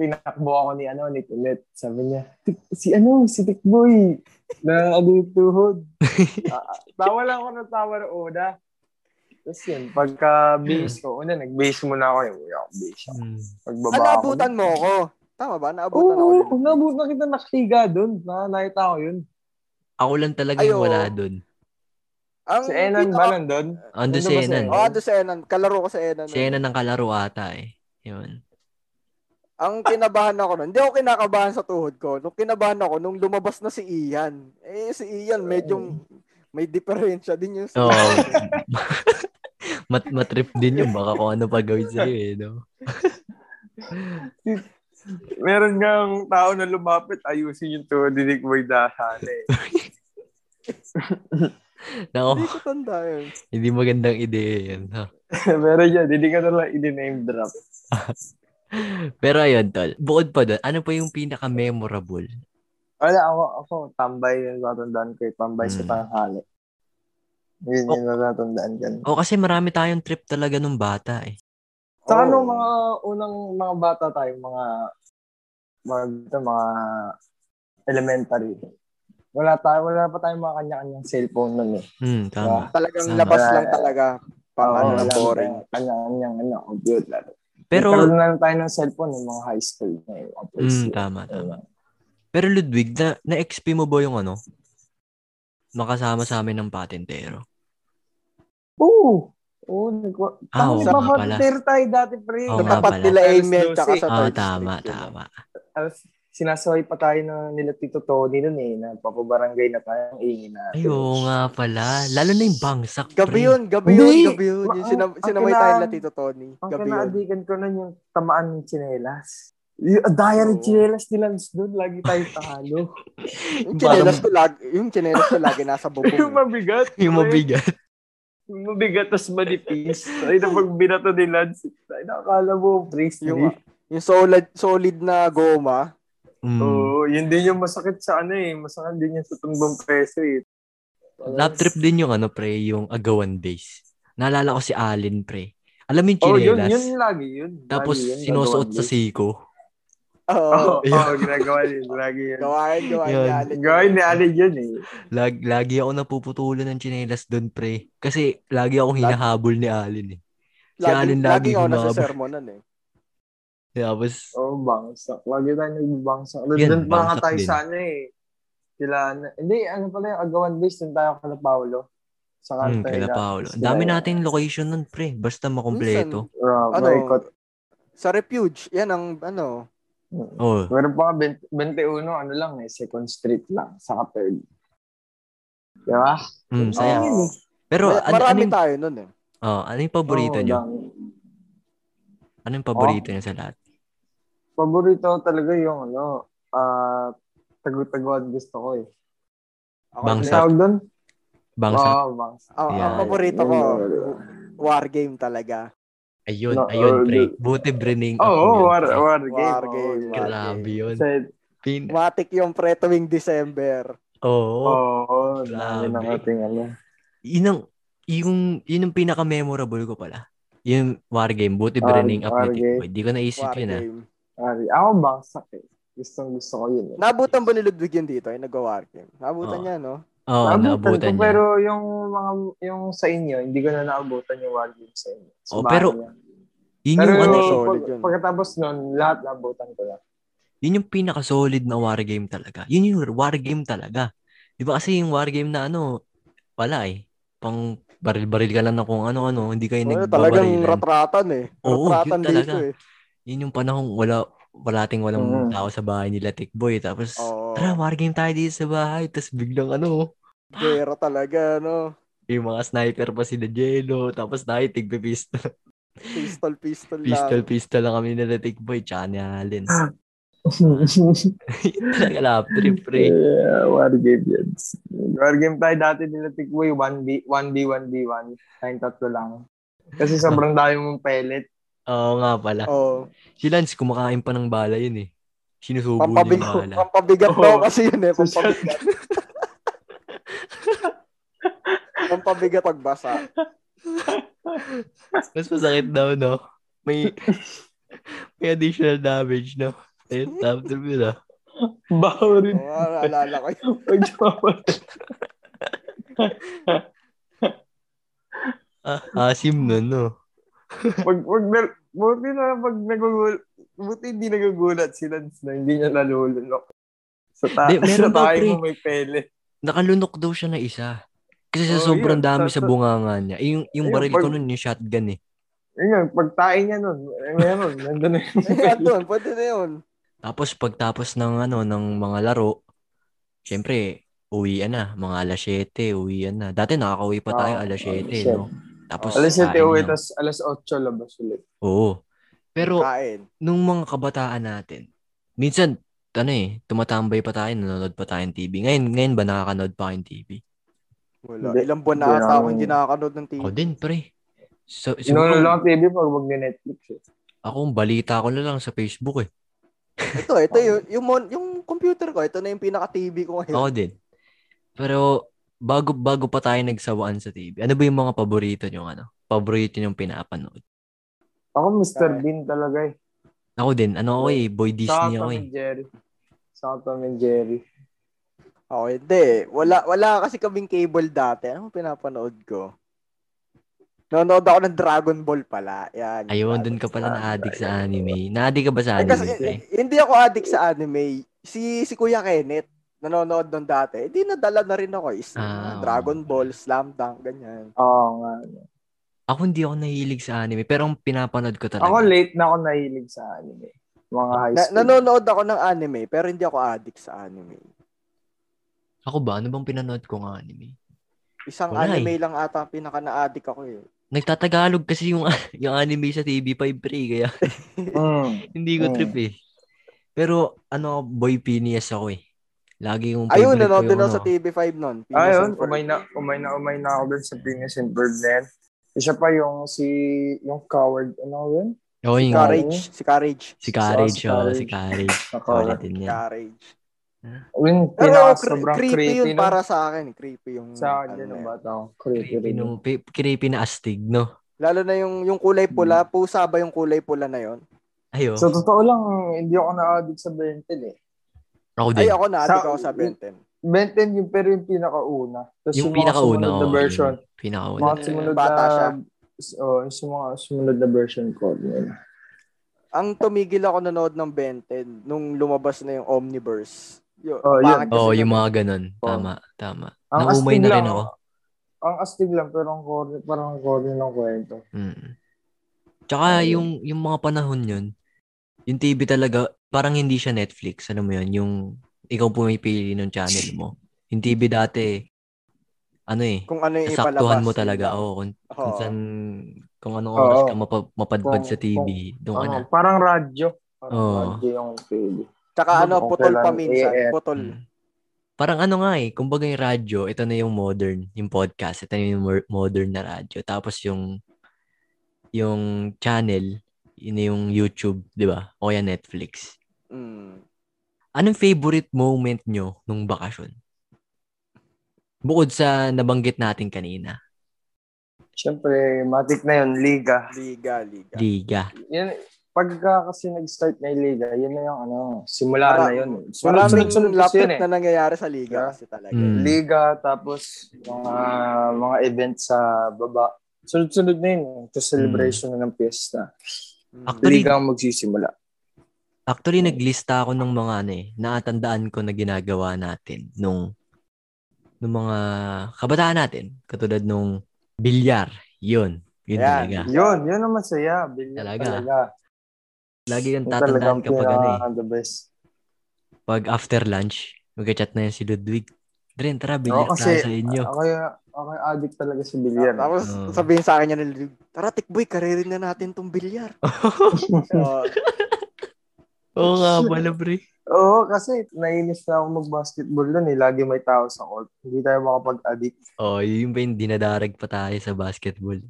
[SPEAKER 4] tinakbo ako ni ano ni Kulit. Sabi niya, "Tik- si ano, si Tikboy na ano yung tuhod. Ah, tawa lang ako ng tawa na una. Tapos yun, pagka base ko, una nag-base muna ako yung uwi ako base ako.
[SPEAKER 1] Mm.
[SPEAKER 4] Pagbaba
[SPEAKER 2] ah,
[SPEAKER 4] ako.
[SPEAKER 2] naabutan mo ako. Tama ba? Naabutan
[SPEAKER 4] Oo,
[SPEAKER 2] ako.
[SPEAKER 4] kung nabutan kita nakasiga doon. Nakakita ko yun.
[SPEAKER 1] Ako lang talaga
[SPEAKER 2] Ay,
[SPEAKER 1] yung
[SPEAKER 2] oo.
[SPEAKER 1] wala dun.
[SPEAKER 2] Ang
[SPEAKER 4] Si Enan
[SPEAKER 2] pinaka-
[SPEAKER 4] ba nandun?
[SPEAKER 1] Ando
[SPEAKER 4] Nandun
[SPEAKER 1] si
[SPEAKER 4] ba si
[SPEAKER 1] Enan.
[SPEAKER 2] Oo, doon sa Enan. Kalaro ko sa Enan.
[SPEAKER 1] Si Enan ang kalaro ata eh. Yun.
[SPEAKER 2] Ang kinabahan ako nun, hindi ako kinakabahan sa tuhod ko. Nung kinabahan ako, nung lumabas na si Ian. Eh, si Ian, medyo may diferensya din yung...
[SPEAKER 1] Oo. Mat matrip din yun. Baka kung ano pa gawin sa'yo eh. No?
[SPEAKER 4] Meron ngang tao na lumapit, ayusin yung tuhod ni Tikboy dahan eh.
[SPEAKER 1] Nako,
[SPEAKER 2] Hindi ko tanda yun.
[SPEAKER 1] hindi magandang ideya yun. Ha?
[SPEAKER 4] Meron yan, hindi ka nalang i-name drop.
[SPEAKER 1] Pero ayun, tol. Bukod pa dun, ano pa yung pinaka-memorable?
[SPEAKER 4] Wala, ako, ako, tambay yung natandaan ko. eh. Tambay sa
[SPEAKER 1] Hmm. Oh.
[SPEAKER 4] tanghali. Yun yung natandaan ko.
[SPEAKER 1] O Oh, kasi marami tayong trip talaga nung bata eh.
[SPEAKER 4] Saka
[SPEAKER 2] Oo.
[SPEAKER 4] nung mga unang mga bata tayo, mga, mga, dito, mga elementary. Wala tayo, wala pa tayong mga kanya-kanyang cellphone nun eh.
[SPEAKER 1] Hmm, tama.
[SPEAKER 2] Talagang
[SPEAKER 1] Sana.
[SPEAKER 2] labas lang talaga.
[SPEAKER 1] Ah,
[SPEAKER 2] Pang
[SPEAKER 4] Oo,
[SPEAKER 2] ano,
[SPEAKER 4] wala
[SPEAKER 2] boring.
[SPEAKER 4] tayong Kanya-kanyang ano, computer.
[SPEAKER 1] Pero,
[SPEAKER 4] Nagkaroon na lang tayo ng cellphone ng mga high school na yung mga first
[SPEAKER 1] Mm,
[SPEAKER 4] year.
[SPEAKER 1] tama, tama.
[SPEAKER 4] Ayun.
[SPEAKER 1] Pero Ludwig, na, na-XP mo ba yung ano? Makasama sa amin ng patentero.
[SPEAKER 4] Oo! Oo, nagwa...
[SPEAKER 1] Ah, oo
[SPEAKER 4] Tama,
[SPEAKER 1] nga pala.
[SPEAKER 4] nagpapater tayo dati, pre.
[SPEAKER 1] Oo nga
[SPEAKER 2] Tapat
[SPEAKER 1] pala.
[SPEAKER 2] nila
[SPEAKER 4] Alas
[SPEAKER 2] Amen tsaka
[SPEAKER 4] 12.
[SPEAKER 2] sa
[SPEAKER 1] Ah,
[SPEAKER 2] third
[SPEAKER 1] tama,
[SPEAKER 2] street yun.
[SPEAKER 1] tama.
[SPEAKER 4] Tapos, sinasaway pa tayo na nila Tito Tony nun eh, na papabarangay na tayo ang ingin na.
[SPEAKER 1] Ay, oo nga pala. Lalo na yung bangsak.
[SPEAKER 2] Gabi
[SPEAKER 1] pre.
[SPEAKER 2] yun, gabi
[SPEAKER 4] Hindi.
[SPEAKER 2] yun, gabi yun. Yung
[SPEAKER 4] Ma-
[SPEAKER 2] sinam-
[SPEAKER 4] ang
[SPEAKER 2] sinamay
[SPEAKER 4] kailangan-
[SPEAKER 2] tayo nila Tito Tony.
[SPEAKER 4] Ang
[SPEAKER 2] Gabi yun.
[SPEAKER 4] kinaadigan ko nun yung tamaan ng chinelas. Yung diary
[SPEAKER 2] Oo.
[SPEAKER 4] chinelas ni Lance dun, lagi tayo talo.
[SPEAKER 2] Yung
[SPEAKER 1] Parang-
[SPEAKER 2] chinelas ko lagi, yung chinelas ko lagi nasa bubong.
[SPEAKER 4] yung
[SPEAKER 2] eh.
[SPEAKER 4] mabigat.
[SPEAKER 1] Yung
[SPEAKER 4] pre.
[SPEAKER 1] mabigat.
[SPEAKER 4] Yung mabigat, tapos manipis. Ay, na pag binato ni Lance, ay, nakakala mo, priest.
[SPEAKER 2] Yung,
[SPEAKER 4] Yung,
[SPEAKER 2] yung solid, solid na goma.
[SPEAKER 1] Mm.
[SPEAKER 4] Oo, yun din yung masakit sa ano eh. Masakit din yung sa tumbang preso eh.
[SPEAKER 1] Lap trip din yung ano, pre, yung agawan days. Naalala ko si Alin, pre. Alam mo yung
[SPEAKER 4] Oh, yun,
[SPEAKER 1] chinelas?
[SPEAKER 4] yun lagi, yun.
[SPEAKER 1] Tapos
[SPEAKER 4] lagi yun,
[SPEAKER 1] sinusuot sa
[SPEAKER 4] nagawa
[SPEAKER 1] siko.
[SPEAKER 2] Oo.
[SPEAKER 4] Oo, oh, oh, ginagawa yun. Lagi yun.
[SPEAKER 2] Gawain, gawain.
[SPEAKER 1] Yun.
[SPEAKER 2] galit.
[SPEAKER 4] Gawin ni Ali yun eh.
[SPEAKER 1] Lag, lagi ako napuputulan ng chinelas doon, pre. Kasi lagi akong hinahabol ni Alin eh. Si Alin lagi
[SPEAKER 2] ako nasa
[SPEAKER 1] humabol.
[SPEAKER 2] sermonan ano, eh.
[SPEAKER 1] Tapos,
[SPEAKER 4] Oo, oh, bangsak. Lagi tayo nagbabangsak.
[SPEAKER 1] Yan,
[SPEAKER 4] Doon pa
[SPEAKER 1] bangsak
[SPEAKER 4] nga tayo
[SPEAKER 1] din.
[SPEAKER 4] sa ano eh. Sila, na- hindi, ano pala yung agawan base, doon tayo kala Paolo. Sa
[SPEAKER 1] hmm,
[SPEAKER 4] Cantay
[SPEAKER 1] kaila
[SPEAKER 4] na-
[SPEAKER 1] Paolo. Ang
[SPEAKER 4] sila
[SPEAKER 1] dami
[SPEAKER 4] yun.
[SPEAKER 1] natin location nun, pre. Basta makompleto.
[SPEAKER 4] Oo,
[SPEAKER 2] Ano?
[SPEAKER 4] boycott.
[SPEAKER 2] Sa refuge, yan ang ano.
[SPEAKER 1] Oh,
[SPEAKER 4] Meron pa ka 20 21, ano lang eh, second street lang, sa third. Di ba?
[SPEAKER 1] mm, saya.
[SPEAKER 4] Oo.
[SPEAKER 1] Pero
[SPEAKER 2] Ma-
[SPEAKER 1] ano, ano,
[SPEAKER 2] marami
[SPEAKER 1] yung,
[SPEAKER 2] tayo nun eh.
[SPEAKER 1] oh, ano yung paborito
[SPEAKER 4] Oo,
[SPEAKER 1] nyo?
[SPEAKER 4] dami.
[SPEAKER 1] Ano yung paborito nyo sa lahat?
[SPEAKER 4] Paborito talaga yung ano, ah, tagutaguan gusto ko eh.
[SPEAKER 2] Ako,
[SPEAKER 4] Ang
[SPEAKER 1] Bangsa. Bangsak.
[SPEAKER 4] tawag doon?
[SPEAKER 1] Bangsa.
[SPEAKER 4] Oo, bangsak.
[SPEAKER 2] Ang, ang
[SPEAKER 1] Yan.
[SPEAKER 2] paborito ko, war game talaga.
[SPEAKER 1] Ayun,
[SPEAKER 4] No,
[SPEAKER 1] ayun,
[SPEAKER 4] oh,
[SPEAKER 1] pre.
[SPEAKER 4] dude.
[SPEAKER 1] Buti brining
[SPEAKER 4] Oo, oh,
[SPEAKER 1] ako.
[SPEAKER 4] war, war game.
[SPEAKER 2] War
[SPEAKER 4] oo,
[SPEAKER 2] game,
[SPEAKER 4] war
[SPEAKER 2] war
[SPEAKER 4] game.
[SPEAKER 1] Grabe yun.
[SPEAKER 4] Sa
[SPEAKER 1] Pin-
[SPEAKER 2] Matik yung pre tuwing December.
[SPEAKER 1] Oo.
[SPEAKER 4] Oo, oh,
[SPEAKER 1] Grabe.
[SPEAKER 4] dami ng ating ano.
[SPEAKER 1] Yun ang, yung, yun ang pinaka-memorable ko pala. Yung war game. Buti
[SPEAKER 4] War-
[SPEAKER 1] brining up
[SPEAKER 4] war
[SPEAKER 1] na
[SPEAKER 4] game.
[SPEAKER 1] tip. Hindi ko naisip
[SPEAKER 2] War
[SPEAKER 1] yun ah.
[SPEAKER 2] game.
[SPEAKER 4] Ari, ako bangsak eh. Gustong gusto ko yun eh.
[SPEAKER 2] Nabutan ba ni Ludwig yun dito? Ay, nag-war game. Nabutan
[SPEAKER 1] Oo.
[SPEAKER 2] niya, no?
[SPEAKER 1] Oo, oh, naabutan
[SPEAKER 4] ko,
[SPEAKER 1] niya.
[SPEAKER 4] Pero yung mga yung sa inyo, hindi ko na naabutan yung war game sa inyo. Sa
[SPEAKER 1] Oh,
[SPEAKER 4] bahay
[SPEAKER 1] pero-
[SPEAKER 4] niya.
[SPEAKER 1] Yun
[SPEAKER 4] pero
[SPEAKER 1] yung, ano,
[SPEAKER 2] eh.
[SPEAKER 4] pag,
[SPEAKER 2] Solid yun.
[SPEAKER 4] pagkatapos nun, lahat naabutan ko lang.
[SPEAKER 1] yun yung pinaka-solid na war game talaga. Yun yung war game talaga. Di ba kasi yung war game na ano, wala eh. Pang baril-baril ka lang na kung ano-ano, hindi kayo
[SPEAKER 2] Ano, talagang
[SPEAKER 1] nagbabarilan.
[SPEAKER 2] ratratan eh.
[SPEAKER 1] Oo, yun
[SPEAKER 2] Ratratan
[SPEAKER 1] talaga.
[SPEAKER 2] dito eh.
[SPEAKER 1] Yun yung panahong wala, walating walang
[SPEAKER 4] Mm.
[SPEAKER 1] tao sa bahay nila, Tikboy. Tapos,
[SPEAKER 2] Mm-hmm. Oo.
[SPEAKER 1] tara, war game tayo dito sa bahay. Tapos biglang ano,
[SPEAKER 2] Gera talaga, no?
[SPEAKER 1] yung mga sniper pa si Jello. Tapos tayo, tigbe-pistol.
[SPEAKER 2] Pistol, pistol lang.
[SPEAKER 1] Pistol-pistol lang kami nila, Tikboy. Tsaka ni Allen. Talaga lap trip, pre.
[SPEAKER 4] yeah, war game yun. War game tayo dati nila eh. Tikboy, 1B, 1B, 1B1. Tayong tatlo lang. Kasi sobrang dami mong pellet.
[SPEAKER 1] Oo nga pala.
[SPEAKER 2] Oo.
[SPEAKER 1] Si Lance, kumakain pa ng bala yun eh. Sinusubo niya yung
[SPEAKER 2] Pampabigat,
[SPEAKER 1] bala.
[SPEAKER 2] pampabigat
[SPEAKER 4] Oo.
[SPEAKER 2] daw kasi yun eh.
[SPEAKER 4] So,
[SPEAKER 2] Pampabigat, pampabigat pagbasa.
[SPEAKER 1] Mas masakit daw, no? May, may additional damage, no? Ayun, top trip yun, ah.
[SPEAKER 4] Baho rin.
[SPEAKER 2] Oo, naalala ko yun.
[SPEAKER 4] Pag
[SPEAKER 1] Ah, asim nun, no?
[SPEAKER 4] pag, pag, na- buti na pag nagugulat, buti hindi nagugulat si Lance na hindi niya nalulunok. Sa, ta-
[SPEAKER 1] Di,
[SPEAKER 4] sa
[SPEAKER 1] meron daw,
[SPEAKER 4] tayo
[SPEAKER 1] pre.
[SPEAKER 4] mo may pele.
[SPEAKER 1] Nakalunok daw siya na isa. Kasi sa
[SPEAKER 4] Oh,
[SPEAKER 1] sobrang
[SPEAKER 4] yun.
[SPEAKER 1] dami
[SPEAKER 4] Sa-
[SPEAKER 1] sa
[SPEAKER 4] sa-
[SPEAKER 1] bunganga niya. Eh, yung, yung
[SPEAKER 4] Ayun,
[SPEAKER 1] baril ko
[SPEAKER 4] pag-
[SPEAKER 1] nun, yung shotgun eh.
[SPEAKER 4] Ayun, pag tayo niya nun, eh, meron, nandun na yung
[SPEAKER 2] Ayan
[SPEAKER 4] pele.
[SPEAKER 2] doon, pwede na yun.
[SPEAKER 1] Tapos pagtapos ng ano, ng mga laro, syempre, uwian na. Mga alas 7, uwian na. Dati nakaka-uwi pa tayo
[SPEAKER 4] Ah,
[SPEAKER 1] alas 7,
[SPEAKER 4] alas
[SPEAKER 1] no? Tapos,
[SPEAKER 4] Alas 7
[SPEAKER 1] kain
[SPEAKER 4] uwi,
[SPEAKER 1] lang.
[SPEAKER 4] tas alas 8 labas ulit.
[SPEAKER 1] Oo. Pero,
[SPEAKER 2] Kain.
[SPEAKER 1] nung mga kabataan natin, minsan, ano eh, tumatambay pa tayo, nanonood pa tayo ng TV. Ngayon, ngayon ba nakakanood pa kayo ng TV?
[SPEAKER 2] Wala.
[SPEAKER 4] Hindi.
[SPEAKER 2] Ilang buwan na
[SPEAKER 4] Hindi
[SPEAKER 2] ata
[SPEAKER 4] lang.
[SPEAKER 2] ako hindi nakakanood ng TV.
[SPEAKER 1] Ako din, pre. So,
[SPEAKER 4] Sinuno
[SPEAKER 1] siguro,
[SPEAKER 4] lang ang TV pag wag ni Netflix. Eh.
[SPEAKER 1] ako, ang balita ko na lang sa Facebook eh.
[SPEAKER 2] Ito, ito yung, yung, mon- yung computer ko, ito na yung pinaka-TV ko ngayon.
[SPEAKER 1] Ako din. Pero, bago, bago pa tayo nagsawaan sa TV, ano ba yung mga paborito nyo, ano? Paborito nyong pinapanood?
[SPEAKER 4] Ako Mr.
[SPEAKER 2] Kaya.
[SPEAKER 4] Bean talaga eh.
[SPEAKER 1] Ako din, ano ako eh, boy
[SPEAKER 4] Sa
[SPEAKER 1] Disney
[SPEAKER 4] Tom
[SPEAKER 1] ako eh.
[SPEAKER 4] and Jerry. Sa Tom and Jerry.
[SPEAKER 2] Ako Oh, hindi. Wala, wala kasi kaming cable dati. Ano pinapanood ko? Nanonood ako ng Dragon Ball pala. Yan.
[SPEAKER 1] Ayun, dun ka pala na-addict sa anime. Na-addict ka ba sa
[SPEAKER 2] Eh, kasi,
[SPEAKER 1] anime, pre?
[SPEAKER 2] hindi ako addict sa anime. Si si Kuya Kenneth, nanonood nun dati. Hindi nadala na rin ako. Is,
[SPEAKER 1] Ah, oo.
[SPEAKER 2] Dragon Ball, Slam Dunk, ganyan.
[SPEAKER 4] Oo nga.
[SPEAKER 1] Ako hindi ako nahilig sa anime, pero ang pinapanood ko talaga.
[SPEAKER 4] Ako late na ako nahilig sa anime. Mga high
[SPEAKER 2] Na,
[SPEAKER 4] school.
[SPEAKER 2] nanonood ako ng anime, pero hindi ako addict sa anime.
[SPEAKER 1] Ako ba? Ano bang pinanood ko ng anime?
[SPEAKER 2] Isang
[SPEAKER 1] Wala
[SPEAKER 2] anime lang ata ang pinaka-na-addict ako eh.
[SPEAKER 1] Nagtatagalog kasi yung, yung anime sa TV5 pre, kaya
[SPEAKER 4] Mm.
[SPEAKER 1] hindi ko
[SPEAKER 4] Mm.
[SPEAKER 1] trip eh. Pero ano, boy Phineas ako eh. Lagi yung favorite ko
[SPEAKER 2] Ayun, nanonood din
[SPEAKER 1] yung
[SPEAKER 2] ako
[SPEAKER 1] ano.
[SPEAKER 2] sa TV5 nun. Pinas
[SPEAKER 4] Ayun,
[SPEAKER 2] and Ferb.
[SPEAKER 4] umay na, umay na, umay na ako dun sa Phineas and Ferb na yan. Isa pa yung si, yung coward, ano yun?
[SPEAKER 1] Oo, yung-
[SPEAKER 2] Courage. Si Courage.
[SPEAKER 1] si Courage.
[SPEAKER 4] Si
[SPEAKER 1] oh,
[SPEAKER 4] Courage.
[SPEAKER 1] si Courage.
[SPEAKER 4] Na
[SPEAKER 1] Solid
[SPEAKER 4] coward.
[SPEAKER 1] din yan.
[SPEAKER 2] Courage.
[SPEAKER 4] Yung
[SPEAKER 2] Pero
[SPEAKER 4] pinaka
[SPEAKER 2] Ano, cre-
[SPEAKER 4] sobrang
[SPEAKER 2] creepy, yun
[SPEAKER 4] creepy, no?
[SPEAKER 2] para sa akin. eh. Creepy yung...
[SPEAKER 4] Sa akin
[SPEAKER 2] ano
[SPEAKER 4] din
[SPEAKER 2] na
[SPEAKER 4] ang
[SPEAKER 2] yun.
[SPEAKER 4] bata ko. Creepy
[SPEAKER 1] Creepy,
[SPEAKER 4] rin.
[SPEAKER 1] nung, pi- creepy na astig, no? Hmm.
[SPEAKER 2] Lalo na yung, yung kulay pula. Pusa ba yung kulay pula na yun?
[SPEAKER 1] Ayo.
[SPEAKER 4] So, totoo lang, hindi ako na-addict sa Benton eh.
[SPEAKER 1] ako din.
[SPEAKER 2] Ay, ako na,
[SPEAKER 4] Sa-
[SPEAKER 2] ako sa Benten.
[SPEAKER 4] Benton yung pero yung pinakauna. Tapos
[SPEAKER 1] yung
[SPEAKER 4] mga
[SPEAKER 1] pinakauna.
[SPEAKER 4] sumunod na
[SPEAKER 1] oo,
[SPEAKER 4] version.
[SPEAKER 1] yung Pinakauna.
[SPEAKER 4] Mga sumunod
[SPEAKER 2] Bata
[SPEAKER 4] na...
[SPEAKER 2] siya.
[SPEAKER 4] Oh, yung sa mga sumunod na version ko. yun.
[SPEAKER 2] Ang tumigil ako nanood ng Benten nung lumabas na yung Omniverse. Yo,
[SPEAKER 4] Oh, yun.
[SPEAKER 2] bakit kasi
[SPEAKER 1] Oo, oh,
[SPEAKER 2] nun-
[SPEAKER 1] yung mga ganun.
[SPEAKER 4] Oo.
[SPEAKER 1] Tama, tama.
[SPEAKER 4] Ang
[SPEAKER 1] Naumay
[SPEAKER 4] astig
[SPEAKER 1] na
[SPEAKER 4] lang. oh.
[SPEAKER 1] rin ako.
[SPEAKER 4] Ang astig lang, pero ang corny, parang ang corny ng kwento.
[SPEAKER 1] Mm. Tsaka
[SPEAKER 4] Ayun.
[SPEAKER 1] yung, yung mga panahon yun, yung TV talaga, parang hindi siya Netflix. Ano mo yun? Yung ikaw pumipili ng channel mo. Yung TV dati, ano eh,
[SPEAKER 2] kung ano yung
[SPEAKER 1] saktuhan
[SPEAKER 2] ipalabas.
[SPEAKER 1] mo talaga. oh. Oo, kung, kung
[SPEAKER 2] Oo.
[SPEAKER 1] saan, kung anong
[SPEAKER 4] Oo.
[SPEAKER 1] oras ka mapa- mapadpad
[SPEAKER 4] Kung-
[SPEAKER 1] sa TV, doon ka
[SPEAKER 4] Ano,
[SPEAKER 1] na.
[SPEAKER 4] parang radyo. Parang
[SPEAKER 1] Oo.
[SPEAKER 4] radyo yung pili.
[SPEAKER 2] Tsaka ano,
[SPEAKER 4] Kung
[SPEAKER 2] putol
[SPEAKER 4] kailan
[SPEAKER 2] pa minsan.
[SPEAKER 4] i-air.
[SPEAKER 2] Putol.
[SPEAKER 1] Mm. Parang ano nga eh, kumbaga yung radyo, ito na yung modern, yung podcast, ito na yung mer- modern na radyo. Tapos yung yung channel, yun na yung YouTube, di ba? O kaya Netflix.
[SPEAKER 2] Mm.
[SPEAKER 1] Anong favorite moment nyo nung bakasyon? Bukod sa nabanggit natin kanina,
[SPEAKER 4] Siyempre, matik na yun, liga.
[SPEAKER 2] Liga, liga.
[SPEAKER 1] liga.
[SPEAKER 4] Yan, pagka kasi nag-start na yung liga, yun na yung ano, simula
[SPEAKER 2] Mara-
[SPEAKER 4] na yun. eh.
[SPEAKER 2] Maraming
[SPEAKER 4] Sunod-sunod kasi
[SPEAKER 2] lapit
[SPEAKER 4] yun eh.
[SPEAKER 2] na nangyayari sa liga kasi talaga.
[SPEAKER 1] Mm.
[SPEAKER 4] Liga, tapos mga mga events sa baba. Sunod-sunod na yun. eh. Tapos celebration na ng piyesta.
[SPEAKER 2] Mm.
[SPEAKER 1] Actually-
[SPEAKER 4] Liga ang magsisimula.
[SPEAKER 1] Actually, naglista ako ng mga ano eh, naatandaan ko na ginagawa natin nung nung mga kabataan natin. Katulad nung bilyar. Yun. Yun
[SPEAKER 2] Ayan.
[SPEAKER 1] talaga.
[SPEAKER 4] Yun, yun ang masaya. Bilya
[SPEAKER 1] Talaga.
[SPEAKER 4] talaga.
[SPEAKER 1] Lagi yung
[SPEAKER 4] Yun
[SPEAKER 1] tatandaan
[SPEAKER 4] talagang
[SPEAKER 1] kapag ano eh.
[SPEAKER 4] pinaka- the best.
[SPEAKER 1] Pag after lunch, magka-chat na yan si Ludwig. Dren, tara, bilyar
[SPEAKER 4] Oo, kasi-
[SPEAKER 1] tayo sa inyo.
[SPEAKER 4] Ako, yung- ako yung addict talaga sa bilyar. eh.
[SPEAKER 2] Tapos
[SPEAKER 1] Oo.
[SPEAKER 2] sabihin sa kanya ng Ludwig, tara tikboy, karirin na natin tong bilyar. Oo.
[SPEAKER 1] Oo nga pala, pre.
[SPEAKER 4] Oo, kasi nainis na ako mag-basketball doon eh. Lagi may tao sa court. Hindi tayo makapag-addict.
[SPEAKER 1] Oo, Oh, yun ba yung dinadarag pa tayo sa basketball.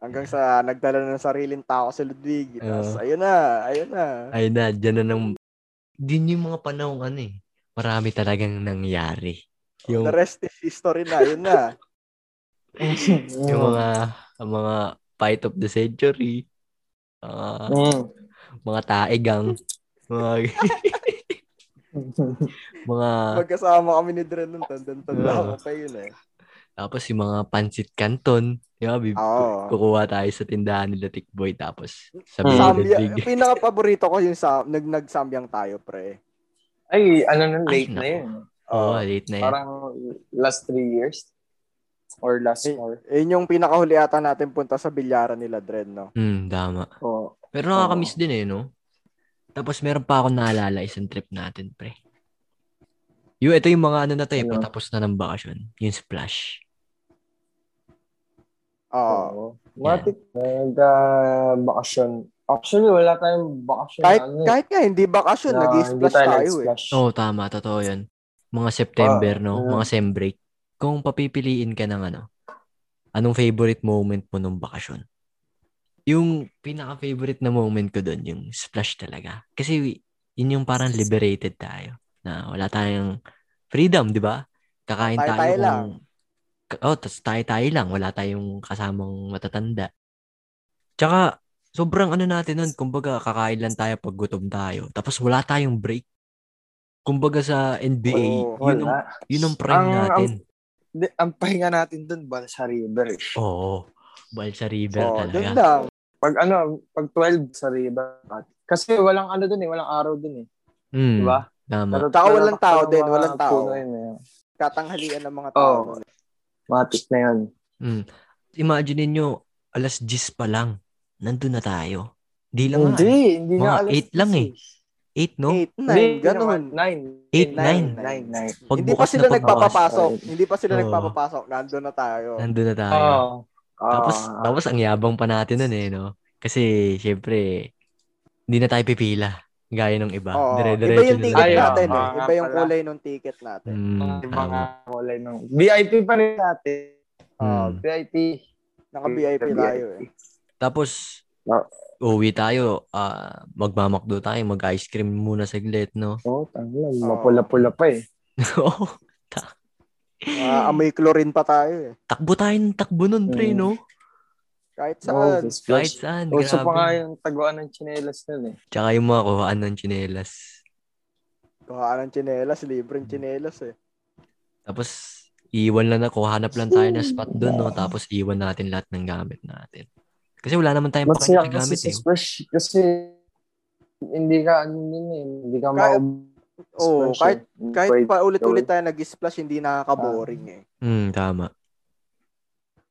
[SPEAKER 2] hanggang sa nagdala ng sariling tao si Ludwig. Tapos
[SPEAKER 1] Oo.
[SPEAKER 2] ayun na, ayun na.
[SPEAKER 1] Ay na, dyan na nang... Din yung mga panahong ano eh. Marami talagang nangyari. Yung
[SPEAKER 2] The rest is history na, ayun na.
[SPEAKER 1] Yung mga ang mga fight of the century, ah,
[SPEAKER 4] Mm.
[SPEAKER 1] mga taegang, mga mga
[SPEAKER 2] Magkasama kami ni Dren nun, tanda-tanda
[SPEAKER 1] Oo.
[SPEAKER 2] ako pa yun eh.
[SPEAKER 1] tapos yung mga pancit canton, di ba? Bib-
[SPEAKER 2] Oo.
[SPEAKER 1] Kukuha tayo sa tindahan nila Tikboy tapos sa
[SPEAKER 4] Mm.
[SPEAKER 2] Sambya,
[SPEAKER 1] Ludwig.
[SPEAKER 2] pinaka-paborito ko yung sa, nag nagsambyang tayo, pre.
[SPEAKER 4] Ay, ano na,
[SPEAKER 1] Ay,
[SPEAKER 4] late
[SPEAKER 1] nako.
[SPEAKER 4] na yun.
[SPEAKER 1] Oo, late na yan.
[SPEAKER 4] oh, Parang last three years. Or last
[SPEAKER 2] Eh,
[SPEAKER 4] four.
[SPEAKER 2] Yun yung pinakahuli ata natin punta sa bilyaran nila, Dren, no?
[SPEAKER 1] Hmm, tama.
[SPEAKER 4] Oo.
[SPEAKER 1] Pero nakakamiss din eh, no? Tapos meron pa ako naalala isang trip natin, pre. Yung ito yung mga ano na to eh,
[SPEAKER 4] Ano?
[SPEAKER 1] patapos na ng bakasyon. Yung splash.
[SPEAKER 2] Oo.
[SPEAKER 4] Oo. Matik. Nag-bakasyon. Actually, wala tayong bakasyon.
[SPEAKER 2] Kahit,
[SPEAKER 4] na ano, eh,
[SPEAKER 2] kahit nga, hindi bakasyon,
[SPEAKER 4] na hindi
[SPEAKER 2] nag-splash tayo, eh.
[SPEAKER 4] nag-splash.
[SPEAKER 1] Oo, oh, tama. Totoo yun. Mga September,
[SPEAKER 4] Ah,
[SPEAKER 1] no?
[SPEAKER 4] yun.
[SPEAKER 1] Mga sem break. Kung papipiliin ka ng ano, anong favorite moment mo nung bakasyon? Yung pinaka-favorite na moment ko doon, yung splash talaga. Kasi yun yung parang liberated tayo. Na wala tayong freedom, di ba? Kakain tayo,
[SPEAKER 2] Tayo-tayo
[SPEAKER 1] kung... Ka- Oh, tas tayo-tayo lang. Wala tayong kasamang matatanda. Tsaka, sobrang ano natin nun, kumbaga kakain lang tayo pag gutom tayo. Tapos wala tayong break. Kumbaga sa NBA,
[SPEAKER 2] Oo,
[SPEAKER 1] yun, ang,
[SPEAKER 4] Wala.
[SPEAKER 1] yun ang prime
[SPEAKER 4] Ang-
[SPEAKER 1] natin.
[SPEAKER 4] Di, ang pahinga natin dun, Balsa River. eh.
[SPEAKER 1] Oo. Bal sa river
[SPEAKER 2] Oo,
[SPEAKER 1] talaga.
[SPEAKER 2] yun lang.
[SPEAKER 4] Pag ano, pag 12 sa River. Kasi walang ano dun eh, walang araw dun eh.
[SPEAKER 1] Mm,
[SPEAKER 4] Diba?
[SPEAKER 1] Tama.
[SPEAKER 4] Pero-
[SPEAKER 2] Tsaka
[SPEAKER 4] pero
[SPEAKER 2] walang tao
[SPEAKER 4] parang
[SPEAKER 2] din,
[SPEAKER 4] mga
[SPEAKER 2] walang tao.
[SPEAKER 4] puno yun eh.
[SPEAKER 2] Katanghalian ng mga tao. eh.
[SPEAKER 4] Oo. Matik na yun.
[SPEAKER 1] Mm. Imagine nyo, alas 10 pa lang, nandun na tayo. Di lang
[SPEAKER 4] Hindi, hindi
[SPEAKER 1] Mga
[SPEAKER 4] nga alas.
[SPEAKER 1] eight lang eh. 8, no?
[SPEAKER 2] 8,
[SPEAKER 4] Hindi,
[SPEAKER 2] 9, ganun.
[SPEAKER 4] naman, Nine.
[SPEAKER 1] Eight,
[SPEAKER 2] nine.
[SPEAKER 4] Nine, nine.
[SPEAKER 2] Hindi
[SPEAKER 1] Pagbukas
[SPEAKER 2] pa sila
[SPEAKER 1] na pagbukas,
[SPEAKER 2] nagpapapasok. Hindi pa sila
[SPEAKER 1] Oo.
[SPEAKER 2] nagpapapasok. Nandun na tayo.
[SPEAKER 1] nandun na tayo.
[SPEAKER 4] Oo. Ah,
[SPEAKER 1] Tapos, tapos ang yabang pa natin nun eh, no? Kasi, syempre, hindi na tayo pipila. Gaya ng iba.
[SPEAKER 2] Oo.
[SPEAKER 1] Dire-diretso
[SPEAKER 2] Iba yung
[SPEAKER 1] na
[SPEAKER 2] ticket
[SPEAKER 1] lang.
[SPEAKER 4] Ayaw.
[SPEAKER 2] natin. eh.
[SPEAKER 4] Ah,
[SPEAKER 2] Iba yung
[SPEAKER 4] pala.
[SPEAKER 2] kulay ng ticket natin.
[SPEAKER 1] Mm,
[SPEAKER 4] yung mga
[SPEAKER 1] tama.
[SPEAKER 4] kulay ng... VIP pa rin natin. Ah,
[SPEAKER 2] Oo.
[SPEAKER 1] Mm.
[SPEAKER 4] VIP.
[SPEAKER 2] Naka-VIP tayo eh.
[SPEAKER 1] Tapos,
[SPEAKER 4] Ah.
[SPEAKER 1] uwi tayo, ah, magmamakdo tayo, mag-ice cream muna saglit, no?
[SPEAKER 4] Oo, oh, tanggal.
[SPEAKER 2] Oo.
[SPEAKER 4] Mapula-pula pa eh.
[SPEAKER 1] Oo.
[SPEAKER 2] Ah, amoy chlorine pa tayo eh.
[SPEAKER 1] takbo tayo ng takbo nun, pre,
[SPEAKER 4] Mm.
[SPEAKER 1] no?
[SPEAKER 2] Kahit
[SPEAKER 4] Oh,
[SPEAKER 2] saan.
[SPEAKER 4] this
[SPEAKER 1] Kahit
[SPEAKER 4] first.
[SPEAKER 1] saan,
[SPEAKER 4] Uso pa nga
[SPEAKER 1] grabe.
[SPEAKER 4] yung taguan ng chinelas nun eh.
[SPEAKER 1] Tsaka yung mga ano, kuhaan ng tsinelas.
[SPEAKER 2] Kuhaan ng tsinelas, libreng tsinelas eh.
[SPEAKER 1] Tapos, iwan lang ako. Hanap lang tayo ng spot doon, no? Tapos, iwan natin lahat ng gamit natin. Kasi wala naman tayong
[SPEAKER 4] Masaya
[SPEAKER 1] pakita
[SPEAKER 4] kasi
[SPEAKER 1] gamit,
[SPEAKER 4] sa
[SPEAKER 1] eh.
[SPEAKER 4] splash kasi hindi ka ano yun eh. Hindi ka
[SPEAKER 2] Kaya-
[SPEAKER 4] maub-
[SPEAKER 2] Oo,
[SPEAKER 4] splash
[SPEAKER 2] kahit,
[SPEAKER 4] eh.
[SPEAKER 2] kahit
[SPEAKER 4] Pwede
[SPEAKER 2] pa ulit-ulit tayo
[SPEAKER 4] gawin.
[SPEAKER 2] nag-splash, hindi nakaka-boring eh.
[SPEAKER 1] Hmm, tama.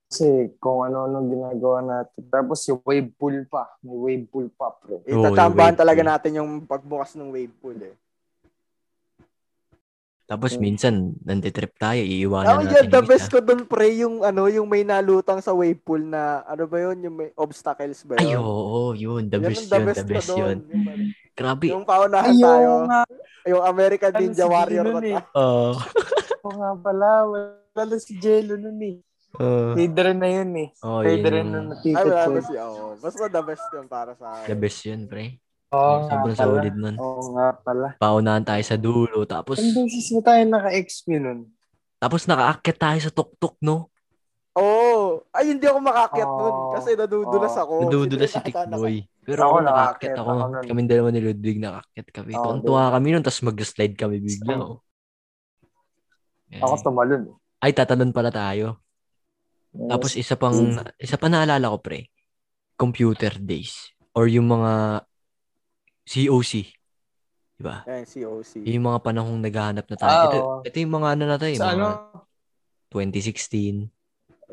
[SPEAKER 4] Kasi kung ano-ano ginagawa natin. Tapos yung wave pool pa. May wave pool pa,
[SPEAKER 1] Ah.
[SPEAKER 4] pre.
[SPEAKER 1] Oo, yung
[SPEAKER 2] Itatambahan
[SPEAKER 1] wave
[SPEAKER 2] talaga
[SPEAKER 1] pool.
[SPEAKER 2] natin yung pagbukas ng wave pool eh.
[SPEAKER 1] Tapos,
[SPEAKER 4] Hmm.
[SPEAKER 1] minsan, nanditrip tayo. Iiwanan
[SPEAKER 2] Ano
[SPEAKER 1] natin
[SPEAKER 2] yan, the
[SPEAKER 1] yung
[SPEAKER 2] best
[SPEAKER 1] isa.
[SPEAKER 2] ko dun pre, yung ano, yung may nalutang sa wave pool na, ano ba yun, yung may obstacles ba
[SPEAKER 1] Ay,
[SPEAKER 2] yun?
[SPEAKER 1] oo, oo, yun. The
[SPEAKER 2] Yan
[SPEAKER 1] best
[SPEAKER 2] ang
[SPEAKER 1] yun, the
[SPEAKER 2] ko
[SPEAKER 1] best
[SPEAKER 2] dun.
[SPEAKER 1] yun.
[SPEAKER 2] Yung, ano,
[SPEAKER 1] Grabe.
[SPEAKER 2] yung paunahan tayo,
[SPEAKER 4] Ayaw nga.
[SPEAKER 2] yung American
[SPEAKER 4] Ano
[SPEAKER 2] Ninja
[SPEAKER 4] si
[SPEAKER 2] Warrior
[SPEAKER 4] Gino
[SPEAKER 2] ko
[SPEAKER 4] nun eh.
[SPEAKER 1] Oo.
[SPEAKER 4] Oo nga pala. Wala na si Jello nun eh.
[SPEAKER 1] Oo.
[SPEAKER 4] Fader na yun eh.
[SPEAKER 1] Oo, Ah. Oh, yun
[SPEAKER 4] Fader
[SPEAKER 1] yung-
[SPEAKER 4] na
[SPEAKER 2] Ay,
[SPEAKER 4] natikat
[SPEAKER 2] wala
[SPEAKER 4] ko.
[SPEAKER 2] na siya. Oh. Basta the best yun para sa
[SPEAKER 1] The
[SPEAKER 2] akin.
[SPEAKER 1] best yun, pre.
[SPEAKER 4] Oo nga
[SPEAKER 1] Sobrang
[SPEAKER 4] pala.
[SPEAKER 1] solid nun.
[SPEAKER 4] Oo nga pala.
[SPEAKER 1] Paunahan tayo sa dulo. Tapos,
[SPEAKER 4] Ang beses na tayo naka-XP nun.
[SPEAKER 1] tapos nakaakyat tayo sa tuktok, no?
[SPEAKER 2] Oo. Oh, ay, hindi ako makaakyat
[SPEAKER 4] Oo.
[SPEAKER 2] nun. Kasi nadudulas
[SPEAKER 4] Oo.
[SPEAKER 2] ako.
[SPEAKER 1] Nadudulas si
[SPEAKER 2] Sino
[SPEAKER 1] Tick
[SPEAKER 2] nakakatakas?
[SPEAKER 1] Boy. Pero ako
[SPEAKER 4] Ako,
[SPEAKER 1] nakaakyat
[SPEAKER 4] nakaakyat
[SPEAKER 1] ako.
[SPEAKER 4] ako nun.
[SPEAKER 1] Kaming dalawa ni Ludwig nakaakyat kami.
[SPEAKER 4] Oo,
[SPEAKER 1] Tuwang-tuwa kami nun, tapos mag-slide kami bigla. Oh. Eh,
[SPEAKER 4] Ako tumalon eh.
[SPEAKER 1] Ay, tatalon pala tayo. Tapos isa pang, isa pa naalala ko, pre. Computer days. Or yung mga COC. Diba?
[SPEAKER 2] Ayan, COC.
[SPEAKER 1] Yung mga panahong naghahanap na tayo.
[SPEAKER 4] Ah,
[SPEAKER 1] ito,
[SPEAKER 4] oo.
[SPEAKER 1] ito yung mga ano na tayo. Yung
[SPEAKER 4] sa ano,
[SPEAKER 1] mga 2016.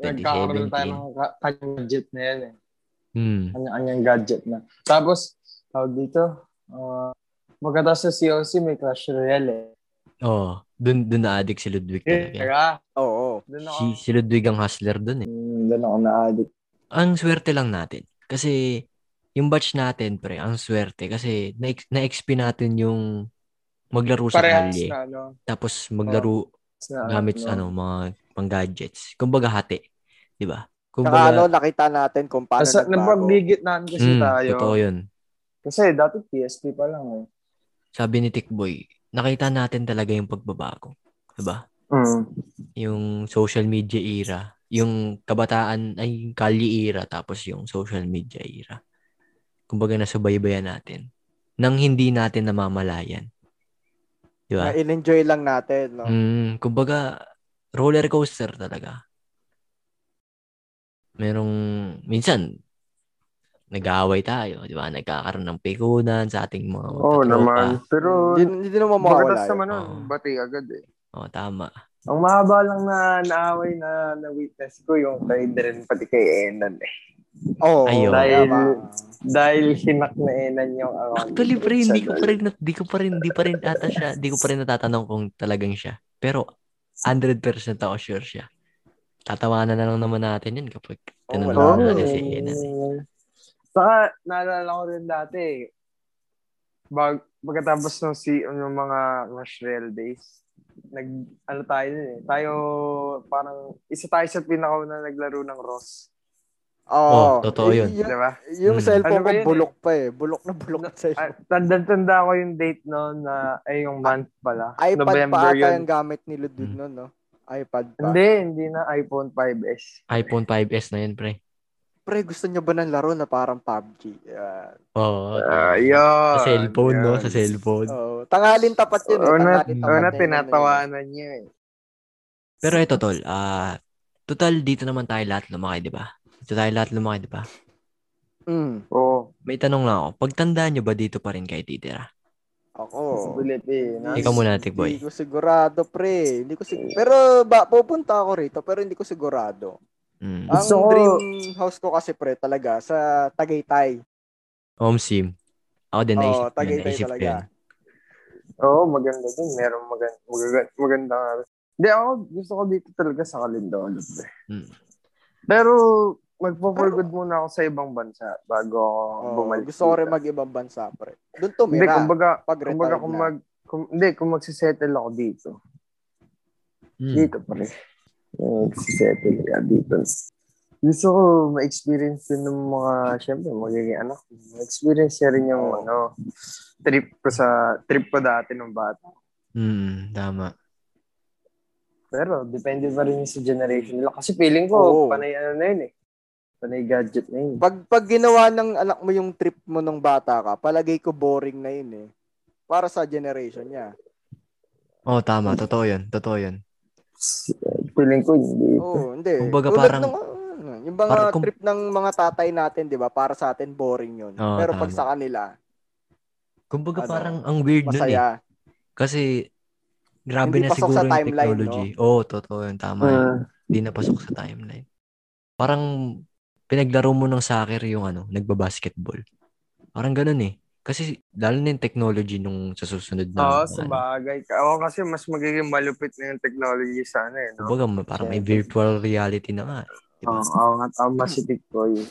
[SPEAKER 4] nagkakaroon
[SPEAKER 1] 2017.
[SPEAKER 4] tayo ng ka- kanyang gadget na yan eh.
[SPEAKER 1] Hmm.
[SPEAKER 4] Kanyang gadget na. Tapos, tawag dito, uh, magkatapos sa COC, may Clash Royale eh.
[SPEAKER 1] Oo. Dun, dun na-addict si Ludwig talaga.
[SPEAKER 4] Kaya,
[SPEAKER 2] Oo.
[SPEAKER 4] doon ako,
[SPEAKER 1] Si, si Ludwig ang hustler dun eh.
[SPEAKER 4] Mm, doon ako na-addict.
[SPEAKER 1] Ang swerte lang natin. Kasi yung batch natin, pre, ang swerte. Kasi na- na-XP natin yung maglaro sa
[SPEAKER 4] Parehas
[SPEAKER 1] kalye.
[SPEAKER 4] na, ano.
[SPEAKER 1] Tapos maglaro
[SPEAKER 4] na,
[SPEAKER 1] gamit sa ano, mga pang-gadgets. Kumbaga hati. Di ba?
[SPEAKER 2] Saka
[SPEAKER 1] Kumbaga,
[SPEAKER 2] ano, nakita natin kung paano
[SPEAKER 4] Nasa,
[SPEAKER 2] nagbago.
[SPEAKER 4] napagligitnaan kasi
[SPEAKER 1] mm,
[SPEAKER 4] tayo.
[SPEAKER 1] totoo yun.
[SPEAKER 4] Kasi dati PSP pa lang eh.
[SPEAKER 1] Sabi ni Tikboy, nakita natin talaga yung pagbabago. Di ba?
[SPEAKER 4] Mm.
[SPEAKER 1] yung social media era, yung kabataan ay yung kalye era tapos yung social media era. Kumbaga nasubaybayan natin nang hindi natin namamalayan. Di ba?
[SPEAKER 2] Na in-enjoy lang natin,
[SPEAKER 1] Diba?
[SPEAKER 2] no?
[SPEAKER 4] Oh.
[SPEAKER 1] Mm, kumbaga roller coaster talaga. Merong minsan nag-aaway tayo, di ba? Nagkakaroon ng pikunan sa ating mga
[SPEAKER 4] Oo
[SPEAKER 1] magkatropa.
[SPEAKER 4] Hmm, naman. Pero,
[SPEAKER 2] Hindi, hindi naman mawawala.
[SPEAKER 4] Pagkatapos
[SPEAKER 2] yun.
[SPEAKER 4] naman nun,
[SPEAKER 1] Oo.
[SPEAKER 4] bati agad eh.
[SPEAKER 1] Oo, tama.
[SPEAKER 4] Ang mahaba lang na naaway na na-witness ko yung kay Dren pati kay Enan eh.
[SPEAKER 2] Oo.
[SPEAKER 1] Ayun.
[SPEAKER 2] Dahil...
[SPEAKER 4] Dahil hinak na Enan yung account.
[SPEAKER 1] Actually, pre, hindi ko pa rin, nat- di ko pa rin, di pa rin ata siya, di ko pa rin natatanong kung talagang siya. Pero, 100% ako sure siya. Tatawanan na lang naman natin yun kapag tinanong oh,
[SPEAKER 2] wala.
[SPEAKER 1] natin
[SPEAKER 2] Oo.
[SPEAKER 1] si Enan. eh.
[SPEAKER 4] Saka, naalala ko rin dati eh. Bag, pagkatapos ng si, yung mga Rush Rail days, nag, ano tayo nun eh. Tayo, parang, isa tayo sa pinakaw na naglaro ng Ross.
[SPEAKER 1] Oh,
[SPEAKER 2] Oo.
[SPEAKER 1] totoo yun.
[SPEAKER 2] Y-
[SPEAKER 4] Di
[SPEAKER 2] yung-
[SPEAKER 4] ba?
[SPEAKER 2] yung
[SPEAKER 1] Mm.
[SPEAKER 2] cellphone
[SPEAKER 4] Ano ba
[SPEAKER 2] ko
[SPEAKER 4] yun,
[SPEAKER 2] bulok pa eh. Bulok na bulok na cellphone.
[SPEAKER 4] Ah, Tanda-tanda ko yung date noon na, ay yung month pala.
[SPEAKER 2] iPad pa
[SPEAKER 4] November
[SPEAKER 2] ata
[SPEAKER 4] yun.
[SPEAKER 2] yung gamit ni Ludwig
[SPEAKER 1] Mm.
[SPEAKER 2] noon, no? iPad pa.
[SPEAKER 4] Hindi, hindi na iPhone 5S.
[SPEAKER 1] iPhone 5S na yun, pre.
[SPEAKER 2] Pre, gusto niya ba ng laro na parang PUBG? Yan.
[SPEAKER 1] Oo.
[SPEAKER 4] Ah,
[SPEAKER 1] tama.
[SPEAKER 4] yun.
[SPEAKER 1] sa cellphone, no?
[SPEAKER 4] yun.
[SPEAKER 1] Sa cellphone.
[SPEAKER 2] Oh, tangalin tapat yun. eh.
[SPEAKER 4] Una,
[SPEAKER 2] Tanghalin tapat na
[SPEAKER 4] una
[SPEAKER 2] yun, ano
[SPEAKER 4] tinatawanan niya eh.
[SPEAKER 1] Pero ito, tol. ah total, dito naman tayo lahat lumaki, di ba? Dito tayo lahat lumaki, di ba?
[SPEAKER 2] yun. Mm.
[SPEAKER 4] Oo.
[SPEAKER 1] May tanong lang ako. Pagtandaan nyo ba dito pa rin kayo titira?
[SPEAKER 2] Ako.
[SPEAKER 4] Possibility. eh. no?
[SPEAKER 1] Ikaw muna, Tigboy.
[SPEAKER 2] Hindi ko sigurado, pre. Hindi ko sig- Pero ba, pupunta ako rito, pero hindi ko sigurado.
[SPEAKER 1] Mm.
[SPEAKER 2] Ang
[SPEAKER 4] Gusto ko-
[SPEAKER 2] dream house ko kasi, pre, talaga, sa Tagaytay.
[SPEAKER 1] Home sim. Ako din,
[SPEAKER 2] Oo,
[SPEAKER 1] naisip ko yun.
[SPEAKER 2] tagay-tay
[SPEAKER 1] Naisip ko
[SPEAKER 2] talaga.
[SPEAKER 1] yun.
[SPEAKER 4] Oo, maganda din. Merong maganda. Maganda, maganda nga. Hindi ako, gusto ko dito talaga sa Calindolo.
[SPEAKER 1] Mm.
[SPEAKER 4] Pero, magpo-forgood muna ako sa ibang bansa bago ako
[SPEAKER 2] Oo,
[SPEAKER 4] bumalik.
[SPEAKER 2] Oh, gusto ko rin
[SPEAKER 4] dito.
[SPEAKER 2] mag-ibang bansa, pre. Doon
[SPEAKER 4] Hindi,
[SPEAKER 2] tumira.
[SPEAKER 4] kumbaga,
[SPEAKER 2] pag
[SPEAKER 4] kumbaga kung mag, kung, hindi, kung magsisettle ako dito.
[SPEAKER 1] Mm.
[SPEAKER 4] Dito pa rin. Yung Nagsisettle ka dito. Gusto ko ma-experience din ng mga, syempre, magiging anak. ko. Ma-experience niya rin yung,
[SPEAKER 2] Oo.
[SPEAKER 4] ano, trip ko sa, trip ko dati nung bata.
[SPEAKER 1] Mm, tama.
[SPEAKER 4] Pero, depende pa rin yun sa generation nila. Kasi feeling
[SPEAKER 2] Oo.
[SPEAKER 4] ko, panay ano na yun eh.
[SPEAKER 3] Panay gadget na yun.
[SPEAKER 2] Pag, pag ginawa ng anak mo yung trip mo nung bata ka, palagay ko boring na yun eh. Para sa generation niya.
[SPEAKER 1] Oh, tama. Totoo yun. Totoo yun.
[SPEAKER 3] Feeling ko, hindi.
[SPEAKER 2] Oo, hindi.
[SPEAKER 1] Hmm. Kumbaga
[SPEAKER 2] Tulad
[SPEAKER 1] parang-
[SPEAKER 2] nung, ano, yung mga
[SPEAKER 1] parang kum-
[SPEAKER 2] trip ng mga tatay natin, di ba? Para sa atin, boring yun.
[SPEAKER 1] Oo,
[SPEAKER 2] Pero pag
[SPEAKER 1] tama.
[SPEAKER 2] sa kanila,
[SPEAKER 1] Kumbaga
[SPEAKER 2] Ano,
[SPEAKER 1] parang ang weird nun eh.
[SPEAKER 2] masaya.
[SPEAKER 1] Kasi grabe na
[SPEAKER 2] Hindi pasok
[SPEAKER 1] siguro
[SPEAKER 2] sa
[SPEAKER 1] yung
[SPEAKER 2] timeline,
[SPEAKER 1] technology. Oo, totoo yun. Tama yun.
[SPEAKER 3] Ah,
[SPEAKER 1] Hindi na pasok sa timeline. Parang pinaglaro mo ng soccer yung ano, nagbabasketball. Parang ganun eh. Kasi lalo na yung technology nung sa susunod na.
[SPEAKER 4] Oo,
[SPEAKER 1] ano,
[SPEAKER 4] sabagay. Oo, kasi mas magiging malupit na yung technology sana eh, no?
[SPEAKER 1] Kumbaga, ma- parang may virtual reality na nga. eh, di
[SPEAKER 3] Oo,
[SPEAKER 1] ba?
[SPEAKER 3] oo nga, tama si Tikboy.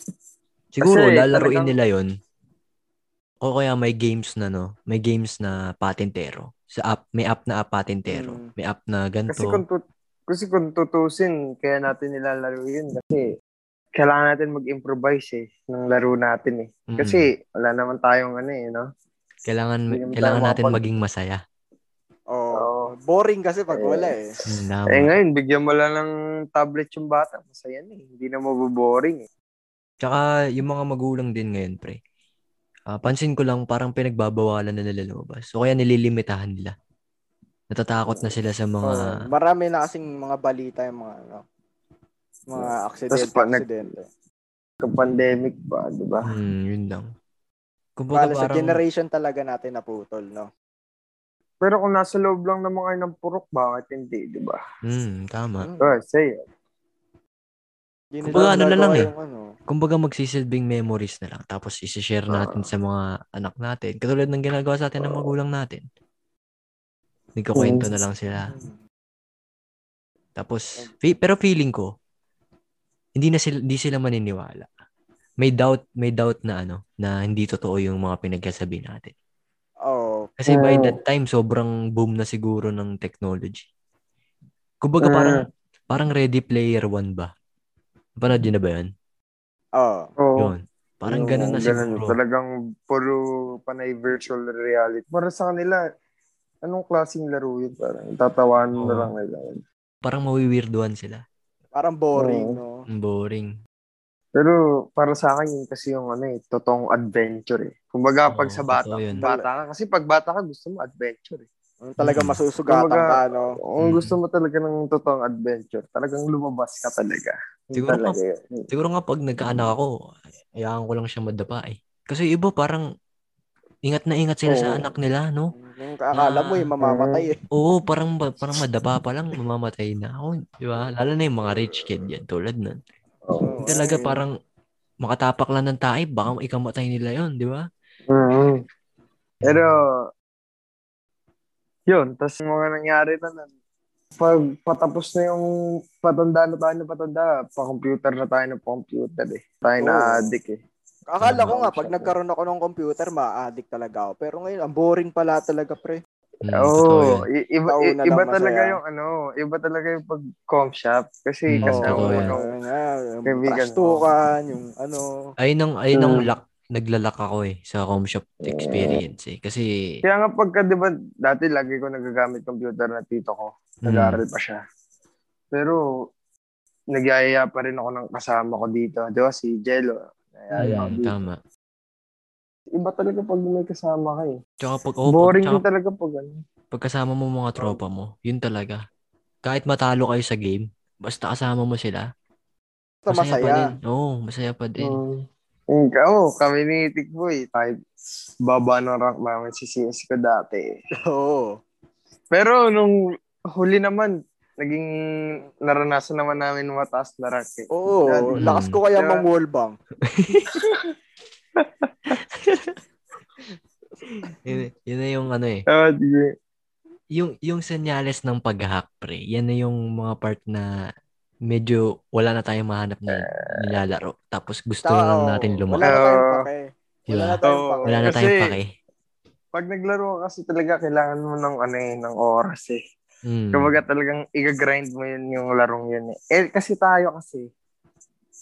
[SPEAKER 1] Siguro,
[SPEAKER 4] Kasi
[SPEAKER 1] lalaruin
[SPEAKER 4] talagang-
[SPEAKER 1] nila yon O kaya may games na, no? May games na patentero. Sa app, may app na app patentero.
[SPEAKER 2] Mm.
[SPEAKER 1] May app na ganito.
[SPEAKER 4] Kasi kung, tut- kasi kung tutusin, kaya natin nilalaro yun. Kasi kailangan natin mag-improvise eh, ng laro natin eh.
[SPEAKER 1] Mm-mm.
[SPEAKER 4] Kasi wala naman tayong ano eh, no?
[SPEAKER 1] kailangan,
[SPEAKER 3] hindi mo
[SPEAKER 1] kailangan
[SPEAKER 3] tayo
[SPEAKER 1] natin
[SPEAKER 3] mapag-
[SPEAKER 1] maging masaya.
[SPEAKER 2] Oo.
[SPEAKER 4] Oo.
[SPEAKER 2] Boring kasi pag wala eh.
[SPEAKER 1] Mm, tama.
[SPEAKER 4] Eh ngayon, bigyan mo lang ng tablet yung bata. Masaya na eh. Hindi na maboboring eh.
[SPEAKER 1] Tsaka yung mga magulang din ngayon, pre. Ah, pansin ko lang parang pinagbabawalan na nila lumabas. O kaya nililimitahan nila. Natatakot na sila sa mga
[SPEAKER 2] Oo, marami na kasing mga balita yung mga ano, mga aksidente,
[SPEAKER 4] Tapos pa- nag-
[SPEAKER 2] aksidente.
[SPEAKER 4] Kapandemic pa, di ba?
[SPEAKER 1] mm, yun lang. Kumbaga
[SPEAKER 2] Bale, sa
[SPEAKER 1] parang
[SPEAKER 2] generation talaga natin naputol, no?
[SPEAKER 4] Pero kung nasa loob lang naman kayo ng purok, bakit hindi, di ba?
[SPEAKER 1] mm, tama.
[SPEAKER 2] Mm.
[SPEAKER 4] Kasi,
[SPEAKER 2] Yun
[SPEAKER 1] Kumbaga,
[SPEAKER 2] yung
[SPEAKER 1] ano na lang
[SPEAKER 2] nagawa
[SPEAKER 1] eh.
[SPEAKER 2] yung ano.
[SPEAKER 1] Kumbaga magsisilbing memories na lang tapos isi-share natin sa mga anak natin. Katulad ng ginagawa sa atin ng magulang natin. Nagkakwento na lang sila.
[SPEAKER 2] Hmm.
[SPEAKER 1] Tapos, fe- pero feeling ko, hindi na sila, hindi sila maniniwala. May doubt, may doubt na ano, na hindi totoo yung mga pinagkasabi natin.
[SPEAKER 2] Oo.
[SPEAKER 1] Kasi by
[SPEAKER 3] Mm.
[SPEAKER 1] that time, sobrang boom na siguro ng technology. Kumbaga
[SPEAKER 3] Mm.
[SPEAKER 1] parang, parang Ready Player One ba? Napanood yun na ba yun?
[SPEAKER 2] Oo.
[SPEAKER 4] Oo.
[SPEAKER 1] Yun. Parang
[SPEAKER 4] Yung
[SPEAKER 1] ganun na
[SPEAKER 4] Oh. ganun,
[SPEAKER 1] siguro.
[SPEAKER 4] Talagang puro panay virtual reality. Para sa kanila, anong klaseng laro yun? Parang tatawaan mo na
[SPEAKER 1] Oo.
[SPEAKER 4] lang nila. yun.
[SPEAKER 1] Parang mawiwirduhan sila.
[SPEAKER 2] Parang boring,
[SPEAKER 3] Oo.
[SPEAKER 2] no?
[SPEAKER 1] Ang boring.
[SPEAKER 4] Pero para sa akin, yun kasi yung ano eh, totoong adventure eh. Kumbaga, pag
[SPEAKER 1] Oo,
[SPEAKER 4] sa bata,
[SPEAKER 1] totoo yun.
[SPEAKER 4] bata ka, kasi pag bata ka, gusto mo adventure eh.
[SPEAKER 2] Yung Talaga
[SPEAKER 1] Mm.
[SPEAKER 2] masusugatan
[SPEAKER 4] Kumbaga,
[SPEAKER 2] ka, no?
[SPEAKER 4] Kung
[SPEAKER 1] Mm.
[SPEAKER 4] gusto mo talaga ng totoong adventure, talagang lumabas ka talaga. Yun
[SPEAKER 1] Siguro
[SPEAKER 4] talaga yun.
[SPEAKER 1] Siguro nga pag nagkaanak ako, ayahan ko lang siya madapa eh. Kasi iba parang ingat na ingat sila sa
[SPEAKER 3] Oo.
[SPEAKER 1] anak nila, no?
[SPEAKER 2] Yung akala mo,
[SPEAKER 1] Ah,
[SPEAKER 2] yung mamamatay eh.
[SPEAKER 1] Oo, parang ba- parang madapa pa lang mamamatay na ako, di ba? Lalo na yung mga rich kid yan tulad nun.
[SPEAKER 3] Oo.
[SPEAKER 2] Oo.
[SPEAKER 1] Talaga parang makatapak lang ng tae, baka ikamatay nila yon, di ba?
[SPEAKER 4] mm Pero, yun, tapos yung mga nangyari na nun, pag patapos na yung patanda na tayo na patanda, pa-computer na tayo ng computer eh. Tayo na
[SPEAKER 2] Oo.
[SPEAKER 4] addict eh.
[SPEAKER 2] Akala ko
[SPEAKER 4] Oo,
[SPEAKER 2] nga, pag
[SPEAKER 4] syempre.
[SPEAKER 2] nagkaroon ako ng computer, ma-addict talaga ako. Pero ngayon, ang boring pala talaga, pre.
[SPEAKER 1] Mm, totoo
[SPEAKER 4] Oo,
[SPEAKER 1] yun.
[SPEAKER 4] i- iba,
[SPEAKER 2] Tao
[SPEAKER 4] i-
[SPEAKER 2] na lang
[SPEAKER 4] iba
[SPEAKER 2] masaya.
[SPEAKER 4] talaga yung ano, iba talaga yung pag-com shop. Kasi
[SPEAKER 1] Mm,
[SPEAKER 4] kasama
[SPEAKER 1] totoo
[SPEAKER 4] mo
[SPEAKER 1] yan.
[SPEAKER 4] nung-
[SPEAKER 2] Yung, ano, yung
[SPEAKER 4] Kaibigan
[SPEAKER 2] trash
[SPEAKER 4] mo.
[SPEAKER 2] talkan, yung ano.
[SPEAKER 1] Ayun ang, ayun ang
[SPEAKER 4] Hmm.
[SPEAKER 3] Mm.
[SPEAKER 1] luck, naglalak ako eh sa home shop experience eh. Kasi,
[SPEAKER 4] Kaya nga pagka, di ba, dati lagi ko nagagamit computer na tito ko.
[SPEAKER 1] mm,
[SPEAKER 4] Nag-aaral pa siya. Pero, nagyayaya pa rin ako ng kasama ko dito. Di ba, si Jello. Nagyayaya ako
[SPEAKER 1] mm,
[SPEAKER 4] dito.
[SPEAKER 1] tama.
[SPEAKER 4] Iba talaga pag may kasama ka eh.
[SPEAKER 1] Tsaka pag, oh, pag,
[SPEAKER 4] Boring
[SPEAKER 1] tsaka
[SPEAKER 4] din talaga pag ano.
[SPEAKER 1] pagkasama mo mga tropa mo, yun talaga. Kahit matalo kayo sa game, basta kasama mo sila, masaya,
[SPEAKER 2] Basta
[SPEAKER 1] pa
[SPEAKER 2] masaya.
[SPEAKER 1] din. Oo, masaya pa din.
[SPEAKER 4] Mm. Oo, kami ni Tikboy. eh. Kahit baba ng rank namin si CS ko dati. eh.
[SPEAKER 2] Oo.
[SPEAKER 4] Pero nung huli naman, naging naranasan naman namin yung mataas na rank eh.
[SPEAKER 2] Oo.
[SPEAKER 4] Yan.
[SPEAKER 2] Lakas ko kaya
[SPEAKER 4] Kaya-
[SPEAKER 2] mang wall bang.
[SPEAKER 1] Yun, yun na yung ano eh.
[SPEAKER 4] Ah, di-
[SPEAKER 1] Yung, yung senyales ng pag-hack, pre. Yan na yung mga part na medyo wala na tayong mahanap na nilalaro. Tapos gusto na lang
[SPEAKER 2] Oo.
[SPEAKER 1] natin
[SPEAKER 2] Wala
[SPEAKER 1] lumaki.
[SPEAKER 2] na tayong
[SPEAKER 4] Oo.
[SPEAKER 2] pake. Wala na
[SPEAKER 1] Diba?
[SPEAKER 2] tayong
[SPEAKER 4] Oo.
[SPEAKER 2] pake.
[SPEAKER 1] Wala na
[SPEAKER 4] Kasi-
[SPEAKER 1] tayong pake.
[SPEAKER 4] Pag naglaro ka kasi talaga, kailangan mo ng ano eh, ng oras eh.
[SPEAKER 1] Mm.
[SPEAKER 4] Kumbaga talagang i-grind mo yun yung larong yun eh. Eh, kasi tayo kasi,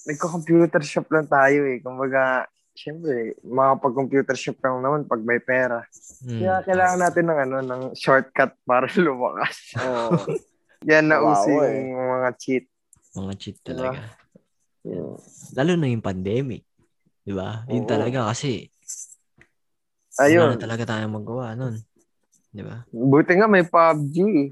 [SPEAKER 4] nagko-computer shop lang tayo eh. Kumbaga, syempre, makapag-computer shop lang naman pag may pera.
[SPEAKER 1] Mm.
[SPEAKER 4] Kaya kailangan natin ng ano, ng shortcut para lumakas.
[SPEAKER 2] Oo.
[SPEAKER 4] Yan na
[SPEAKER 2] Wow,
[SPEAKER 4] uso
[SPEAKER 2] eh.
[SPEAKER 4] yung mga cheat. Diba?
[SPEAKER 1] Mga cheat talaga. Lalo na yung pandemic. Di ba? Yun
[SPEAKER 4] Oo.
[SPEAKER 1] talaga kasi wala
[SPEAKER 4] Ayun.
[SPEAKER 1] na talaga tayong magawa nun. Diba? Di ba?
[SPEAKER 4] Buti nga may PUBG. eh.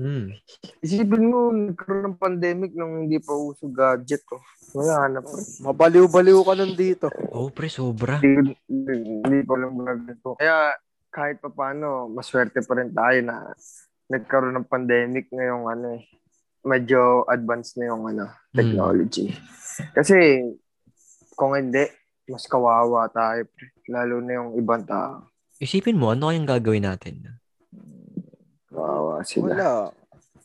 [SPEAKER 1] Hmm.
[SPEAKER 4] Isipin mo, nagkaroon ng pandemic nung hindi pa uso gadget ko. Wala na pa.
[SPEAKER 2] Mabaliw-baliw ka nun dito.
[SPEAKER 1] Oo, Oh, pre, sobra.
[SPEAKER 4] Hindi, hindi pa lang gagawin ko. Kaya kahit pa paano, maswerte pa rin tayo na nagkaroon ng pandemic ngayong ano eh. Medyo advanced na yung ano, technology. Kasi kung hindi, mas kawawa tayo. pre. Lalo na yung ibang tao.
[SPEAKER 1] Isipin mo, ano kayang gagawin natin?
[SPEAKER 4] Kawawa
[SPEAKER 1] Diba?
[SPEAKER 4] sila.
[SPEAKER 2] Wala.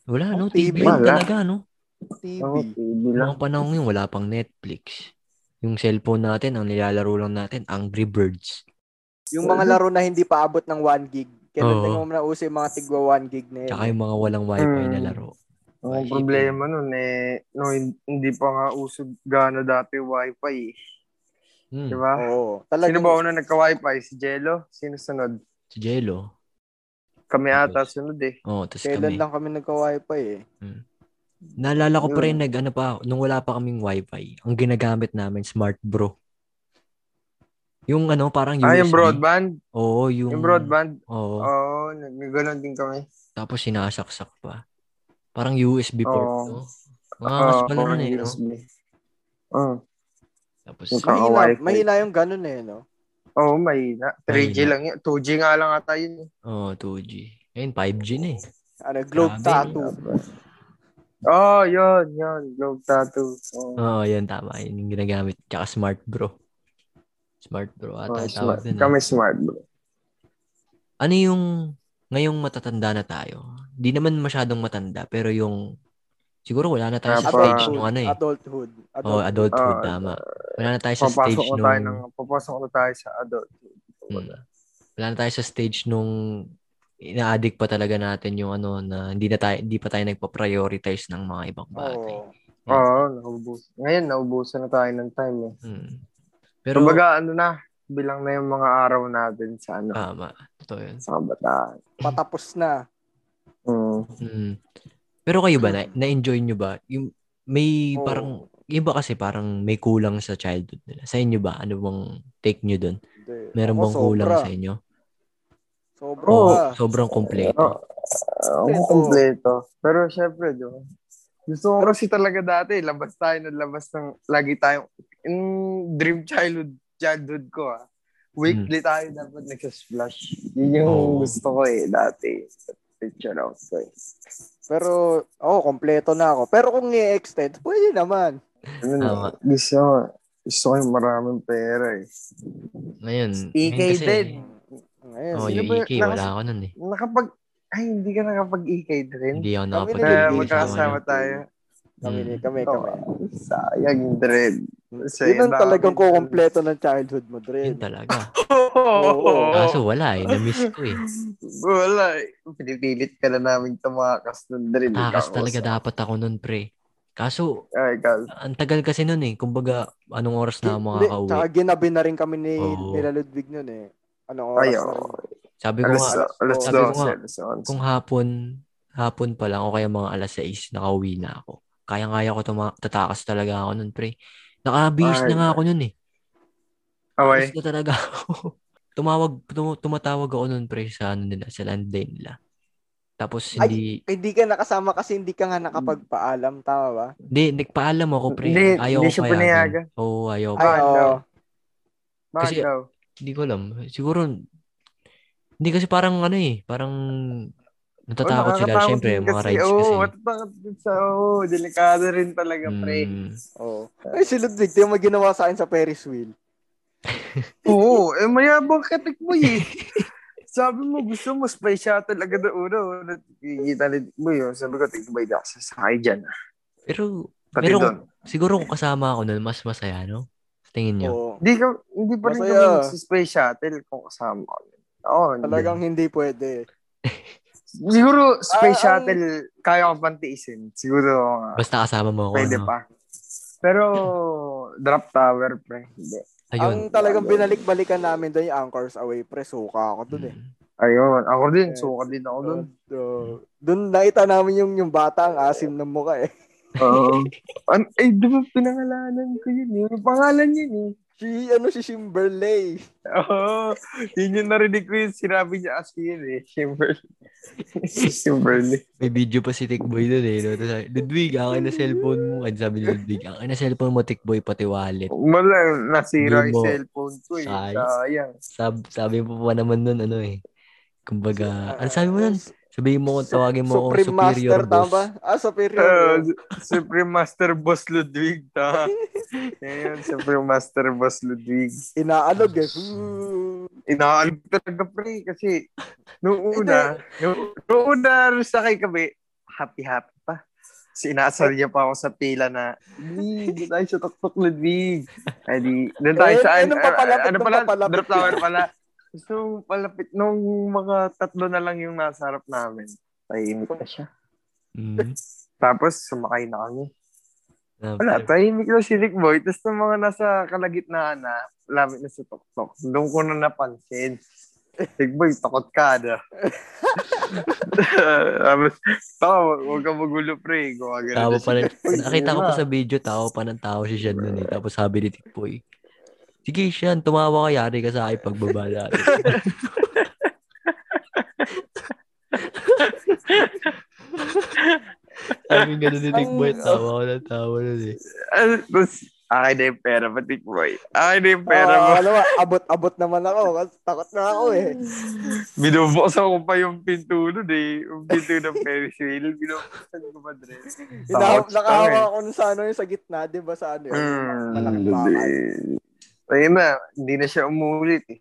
[SPEAKER 1] Wala, no?
[SPEAKER 2] Ang
[SPEAKER 1] TV lang
[SPEAKER 2] TV
[SPEAKER 4] Oh, wala.
[SPEAKER 1] talaga, no?
[SPEAKER 4] Oo,
[SPEAKER 2] TV.
[SPEAKER 4] TV lang.
[SPEAKER 1] Mga panahon yun, wala pang Netflix. Yung cellphone natin, ang nilalaro lang natin, Angry Birds.
[SPEAKER 2] Yung mga laro na hindi pa abot ng 1 gig. Kaya
[SPEAKER 1] Oo.
[SPEAKER 2] tingnan mo na uso yung mga tigwa 1 gig na yun.
[SPEAKER 1] Tsaka yung mga walang wifi na
[SPEAKER 4] Mm.
[SPEAKER 1] laro.
[SPEAKER 4] Ang problema nun eh, no, hindi pa nga uso gana dati wifi eh.
[SPEAKER 1] Hmm.
[SPEAKER 4] Di ba?
[SPEAKER 2] Oo. Talaga.
[SPEAKER 4] Sino ba una nagka-wifi? Si Jello? Sino sunod?
[SPEAKER 1] Si Jello.
[SPEAKER 4] Kami ata sunod eh.
[SPEAKER 1] Oo, tas
[SPEAKER 2] Kailan
[SPEAKER 1] kami.
[SPEAKER 2] lang kami nagka-wifi eh.
[SPEAKER 1] Naalala ko pa
[SPEAKER 4] Yun.
[SPEAKER 1] rin, nag, ano pa, nung wala pa kaming wifi, ang ginagamit namin, Smart Bro. Yung ano, parang USB.
[SPEAKER 4] Ah, yung broadband?
[SPEAKER 1] Oo, yung...
[SPEAKER 4] Yung broadband?
[SPEAKER 1] Oo.
[SPEAKER 4] Oo, oh, nagganon din kami.
[SPEAKER 1] Tapos sinasaksak pa. Parang USB port,
[SPEAKER 4] Oo. Ah,
[SPEAKER 1] no? Mga
[SPEAKER 4] Oo,
[SPEAKER 1] pa na nun eh, no?
[SPEAKER 4] USB. Oo.
[SPEAKER 1] Tapos, ah,
[SPEAKER 4] Yung ka-
[SPEAKER 2] Mahina,
[SPEAKER 4] Nagka-wifi.
[SPEAKER 2] mahina yung ganun eh, no?
[SPEAKER 4] Oo, mahina. 3G
[SPEAKER 1] Mahina.
[SPEAKER 4] lang yun. 2G nga lang ata yun. eh.
[SPEAKER 1] oh, 2G. Ngayon, 5G na eh.
[SPEAKER 2] Ano, globe
[SPEAKER 1] Grabe.
[SPEAKER 2] tattoo.
[SPEAKER 4] Oo, oh, yun, yun. Globe tattoo.
[SPEAKER 1] Oo,
[SPEAKER 4] Oo.
[SPEAKER 1] Oh, yun, tama. Yun yung ginagamit. Tsaka Smart Bro. Smart Bro ata oh,
[SPEAKER 4] Oo, smart.
[SPEAKER 1] tawag dun. eh.
[SPEAKER 4] Kami smart bro.
[SPEAKER 1] Ano yung, ngayong matatanda na tayo? Di naman masyadong matanda, pero yung, siguro wala na tayo sa
[SPEAKER 4] Apa-
[SPEAKER 1] stage nung
[SPEAKER 2] Adulthood.
[SPEAKER 1] ano eh.
[SPEAKER 2] Adulthood.
[SPEAKER 1] Oh, adulthood,
[SPEAKER 4] Ah,
[SPEAKER 1] tama. Wala na tayo sa
[SPEAKER 4] Papasok
[SPEAKER 1] stage
[SPEAKER 4] na
[SPEAKER 1] nung,
[SPEAKER 4] tayo ng, papasok na tayo sa adult.
[SPEAKER 1] Hmm. wala na tayo sa stage nung ina-addict pa talaga natin yung ano na hindi na tayo hindi pa tayo nagpa-prioritize ng mga ibang bagay.
[SPEAKER 2] Oo.
[SPEAKER 4] Oo, oh, naubusan. Ngayon, naubusan na tayo ng time eh.
[SPEAKER 1] Hmm. Pero
[SPEAKER 4] Kumbaga, ano na, bilang na yung mga araw natin sa ano,
[SPEAKER 1] tama, totoo 'yun.
[SPEAKER 4] sa kabataan.
[SPEAKER 2] Patapos na.
[SPEAKER 4] Mm.
[SPEAKER 1] Hmm. Pero kayo ba na, na-enjoy nyo ba yung may
[SPEAKER 2] Oo.
[SPEAKER 1] parang iba kasi parang may kulang sa childhood nila. Sa inyo ba ano bang take nyo doon?
[SPEAKER 2] Hindi.
[SPEAKER 1] Meron
[SPEAKER 2] Ako,
[SPEAKER 1] bang kulang
[SPEAKER 2] sobra. ah,
[SPEAKER 1] sa inyo?
[SPEAKER 2] Sobra.
[SPEAKER 4] Oo.
[SPEAKER 2] ka.
[SPEAKER 1] sobrang kompleto.
[SPEAKER 4] Oo.
[SPEAKER 2] Kompleto.
[SPEAKER 4] Ang kompleto. ah, Pero syempre, di ba? Gusto ko kasi talaga dati, labas tayo ng labas ng, lagi tayong, in dream childhood, childhood ko ah. Weekly tayo dapat nagsasplash. Yun yung
[SPEAKER 1] Hmm. Oo.
[SPEAKER 4] gusto ko eh, dati. Picture out ko eh.
[SPEAKER 2] Pero, oh, kompleto na ako. Pero kung i-extend, pwede naman.
[SPEAKER 4] Ano na,
[SPEAKER 1] Tama.
[SPEAKER 4] gusto ko, gusto ko yung maraming pera eh.
[SPEAKER 1] Ngayon, Hmm.
[SPEAKER 4] EK
[SPEAKER 1] ngayon kasi,
[SPEAKER 4] din.
[SPEAKER 2] Ngayon.
[SPEAKER 1] Oh,
[SPEAKER 4] Sino
[SPEAKER 1] yung
[SPEAKER 4] ba-
[SPEAKER 1] EK, wala
[SPEAKER 4] nakas-
[SPEAKER 1] ako nun eh.
[SPEAKER 4] Nakapag, ay hindi ka nakapag-EK din.
[SPEAKER 1] Hindi ako E
[SPEAKER 2] Kami
[SPEAKER 1] nakapag
[SPEAKER 2] na
[SPEAKER 4] Kaya
[SPEAKER 2] Hindi,
[SPEAKER 4] magkakasama
[SPEAKER 2] sama na.
[SPEAKER 4] tayo.
[SPEAKER 2] Kami,
[SPEAKER 1] Mm.
[SPEAKER 2] kami, kami.
[SPEAKER 4] Oh, sayang, Dred.
[SPEAKER 2] Yun ang talagang kukompleto ng childhood mo,
[SPEAKER 1] Yun
[SPEAKER 2] Dre.
[SPEAKER 1] talaga.
[SPEAKER 4] Oo.
[SPEAKER 1] Kaso wala eh. Na-miss ko eh.
[SPEAKER 4] Wala. eh. Pinipilit ka na namin tumakas ng Dred.
[SPEAKER 1] Takas talaga dapat ako nun, pre. Kaso,
[SPEAKER 4] Ay, ikaw.
[SPEAKER 1] ang tagal kasi nun eh. Kumbaga, anong oras na ako
[SPEAKER 2] Hindi,
[SPEAKER 1] makakauwi?
[SPEAKER 2] Tsaka ginabi na rin kami ni
[SPEAKER 1] Oo.
[SPEAKER 2] nila Ludwig nun eh. Ano oras
[SPEAKER 4] Ay,
[SPEAKER 2] na
[SPEAKER 4] oo.
[SPEAKER 2] rin?
[SPEAKER 1] Sabi ko
[SPEAKER 4] Alas,
[SPEAKER 1] nga,
[SPEAKER 4] alas
[SPEAKER 2] sabi
[SPEAKER 1] ko
[SPEAKER 4] 12,
[SPEAKER 1] nga,
[SPEAKER 4] alas 11.
[SPEAKER 1] kung hapon, hapon pa lang o kaya mga alas 6, nakauwi na ako. Kaya-kaya ko tuma- tatakas talaga ako nun, pre. Nakabihis
[SPEAKER 4] Ay.
[SPEAKER 1] na nga ako nun eh.
[SPEAKER 4] Okay.
[SPEAKER 1] Tapos na talaga ako. Tumawag, tum- tumatawag ako nun, pre, sa ano nila, sa landline nila. Tapos
[SPEAKER 2] Ay,
[SPEAKER 1] hindi,
[SPEAKER 2] Hindi ka nakasama kasi hindi ka nga nakapagpaalam, tama ba?
[SPEAKER 1] hindi, nagpaalam ako, pre.
[SPEAKER 4] Hindi,
[SPEAKER 1] ayaw
[SPEAKER 4] hindi
[SPEAKER 1] ko
[SPEAKER 4] siya
[SPEAKER 1] payagan.
[SPEAKER 4] pinayagan.
[SPEAKER 1] Oo, ayaw ko.
[SPEAKER 2] Ay,
[SPEAKER 4] Bakit
[SPEAKER 2] oo.
[SPEAKER 4] daw? Bakit
[SPEAKER 1] Kasi-
[SPEAKER 4] daw?
[SPEAKER 1] Hindi ko alam. Siguro, hindi kasi parang ano eh, parang natatakot
[SPEAKER 4] Oh,
[SPEAKER 1] sila.
[SPEAKER 4] nakakatakot
[SPEAKER 1] Siyempre,
[SPEAKER 4] din
[SPEAKER 1] mga rides
[SPEAKER 4] Oo,
[SPEAKER 1] kasi.
[SPEAKER 4] oh, matatakot din sa... Oo, oh, delikado rin talaga, pre.
[SPEAKER 1] Mm,
[SPEAKER 2] Oo. Ay, si Ludwig, yung may ginawa sa akin sa Ferris wheel.
[SPEAKER 4] Oo, eh mayabang katik mo eh. Sabi mo gusto mo spy shuttle agad na una. oh. Nakikita ni Dick Boy. oh. Sabi ko, Tikboy, di ako sasakay dyan. ah.
[SPEAKER 1] pero,
[SPEAKER 4] Pati
[SPEAKER 1] pero
[SPEAKER 4] doon.
[SPEAKER 1] siguro kung kasama ako nun, mas masaya, no? Sa Tingin nyo?
[SPEAKER 2] Oo.
[SPEAKER 4] Hindi, ka, hindi pa rin
[SPEAKER 2] Masaya.
[SPEAKER 4] kami nagsispy shuttle kung kasama ko. Oo, hindi.
[SPEAKER 2] Talagang hindi pwede.
[SPEAKER 4] Siguro space
[SPEAKER 2] Ah, ang-
[SPEAKER 4] shuttle, kaya ko pang tiisin. Siguro, ah,
[SPEAKER 1] Basta kasama mo ako, ano?
[SPEAKER 4] pwede
[SPEAKER 1] no?
[SPEAKER 4] pa. Pero, drop tower, pre. Hindi.
[SPEAKER 1] Ayun.
[SPEAKER 2] Ang talagang binalik-balikan namin doon yung anchors away, pre. Suka ako doon eh.
[SPEAKER 1] Mm.
[SPEAKER 4] Ayun, ako din.
[SPEAKER 2] Eh,
[SPEAKER 4] Suka din ako
[SPEAKER 2] So,
[SPEAKER 4] doon.
[SPEAKER 2] so, doon naita namin yung, yung bata ang asim ng mukha eh.
[SPEAKER 4] Oo. An- eh, di ba pinangalanan ko yun eh. Pangalan yun eh.
[SPEAKER 2] Si, ano, si Shimberley.
[SPEAKER 4] Oo. yun yung narinig ko yung sinabi niya as yun eh. Shimber. Shimberly.
[SPEAKER 1] May video pa si Tikboy doon eh. No? Tapos sabi, Ludwig, akin na cellphone mo. Ano sabi ni Ludwig, akin na cellphone mo, Tikboy, pati wallet.
[SPEAKER 4] Wala, nasira
[SPEAKER 1] Hindi
[SPEAKER 4] yung
[SPEAKER 1] mo.
[SPEAKER 4] cellphone ko eh.
[SPEAKER 1] Sayang.
[SPEAKER 4] Sayang.
[SPEAKER 1] Sab sabi mo pa naman nun, ano eh. Kumbaga, ano sabi mo nun? Sabihin mo kung tawagin mo akong
[SPEAKER 2] Supreme
[SPEAKER 1] superior
[SPEAKER 2] Master, tama ba?
[SPEAKER 1] boss.
[SPEAKER 2] Ah, superior.
[SPEAKER 4] Uh, Supreme Master Boss Ludwig. Ta. Ngayon, Supreme Master Boss Ludwig.
[SPEAKER 2] Inaalog eh. Hmm.
[SPEAKER 4] Inaalag talaga pre kasi nung una, nung, nung una sakay kami, happy-happy pa. Kasi inaasar niya pa ako sa pila na, Ludwig, doon tayo sa tuktok Ludwig. Ay di, doon tayo
[SPEAKER 2] Eh,
[SPEAKER 4] sa,
[SPEAKER 2] anong papalapit,
[SPEAKER 4] ano
[SPEAKER 2] anong
[SPEAKER 4] pala,
[SPEAKER 2] papalapit?
[SPEAKER 4] drop tower pala. So, palapit nung mga tatlo na lang yung nasa harap namin. Tahimik na siya.
[SPEAKER 1] Mm.
[SPEAKER 4] Tapos, sumakay na kami.
[SPEAKER 1] Sabi-
[SPEAKER 4] Wala, tahimik na si Rick Boy. Tapos nung mga nasa kalagitnaan na, lamit na si Tok Tok. Doon ko na napansin. Rick Boy, takot ka na. Tapos, tao, huwag ka magulo pre. Gumagano
[SPEAKER 1] Tawa
[SPEAKER 4] na
[SPEAKER 1] pa
[SPEAKER 4] siya.
[SPEAKER 1] rin.
[SPEAKER 4] Uy,
[SPEAKER 1] Nakita ko
[SPEAKER 4] yun
[SPEAKER 1] pa
[SPEAKER 4] na.
[SPEAKER 1] sa video, tawa pa ng tao si Shan nun eh. Tapos sabi ni Tikboy, sige Shan, tumawa ka, yari ka sa akin pagbaba natin. sabi nga ni Tikboy, tawa ko na tawa nun eh.
[SPEAKER 4] Ah, Tapos, akin na yung pera mo, Rick Boy. Akin na yung pera mo.
[SPEAKER 2] Ah, ano ba, abot-abot naman ako. kasi Takot na ako eh.
[SPEAKER 4] Binubuksan ko pa yung pinto nun eh. Yung pinto ng Ferris wheel. Binubuksan ko pa dre.
[SPEAKER 2] Hinahaw-
[SPEAKER 4] Takot ka
[SPEAKER 2] Nakahawa
[SPEAKER 4] eh.
[SPEAKER 2] ako nun sa ano yung sa gitna, di ba sa ano yun? Malaking bakal.
[SPEAKER 4] Mm. Ayun na, hindi na siya umulit eh.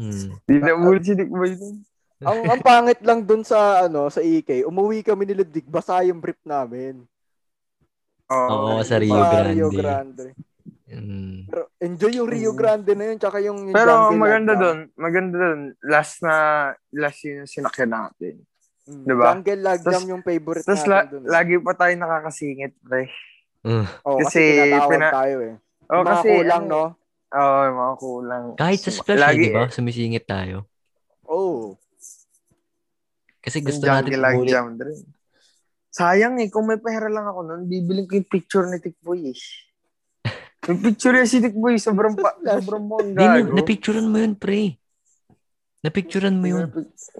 [SPEAKER 1] Hmm.
[SPEAKER 4] Hindi
[SPEAKER 2] Ah,
[SPEAKER 4] na umulit si Nick Boy nun.
[SPEAKER 2] ang, ang pangit lang dun sa ano sa EK, umuwi kami ni Ludwig, basa yung brief namin.
[SPEAKER 1] Oo, sa Rio
[SPEAKER 2] Sa
[SPEAKER 1] Grande.
[SPEAKER 2] Rio Grande.
[SPEAKER 1] Hmm.
[SPEAKER 2] Pero enjoy yung Rio Grande na yun, tsaka yung... yung
[SPEAKER 4] Mm. Pero
[SPEAKER 2] jungle
[SPEAKER 4] maganda
[SPEAKER 2] lang.
[SPEAKER 4] doon, maganda doon. Last na, last yun yung sinakyan natin.
[SPEAKER 2] Mm,
[SPEAKER 4] Diba?
[SPEAKER 2] Jungle lag
[SPEAKER 4] Tas-
[SPEAKER 2] jam yung favorite
[SPEAKER 4] Tapos
[SPEAKER 2] natin
[SPEAKER 4] la-
[SPEAKER 2] dun. eh.
[SPEAKER 4] lagi pa tayo nakakasingit, pre.
[SPEAKER 1] Uh,
[SPEAKER 2] Oo, kasi,
[SPEAKER 4] kasi
[SPEAKER 2] tinatawag
[SPEAKER 4] pina-
[SPEAKER 2] tayo eh.
[SPEAKER 4] Oh,
[SPEAKER 2] Mga
[SPEAKER 4] kasi,
[SPEAKER 2] kulang,
[SPEAKER 4] ano,
[SPEAKER 2] no?
[SPEAKER 4] Oo, oh, mga kulang.
[SPEAKER 1] kahit sa splash, eh,
[SPEAKER 4] Lagi-
[SPEAKER 1] di ba? Sumisingit tayo.
[SPEAKER 2] Oo.
[SPEAKER 1] Kasi
[SPEAKER 4] Gusto
[SPEAKER 1] gusto natin
[SPEAKER 4] lang
[SPEAKER 1] umulit.
[SPEAKER 4] jam dre. Sayang eh, kung may pera lang ako nun, bibiling ko yung picture ni Tikboy eh. Yung picture niya si Tikboy, sobrang pa, sobrang
[SPEAKER 1] Hindi mo,
[SPEAKER 4] monggago.
[SPEAKER 1] napicturean mo yun, pre. Napicturean mo yun.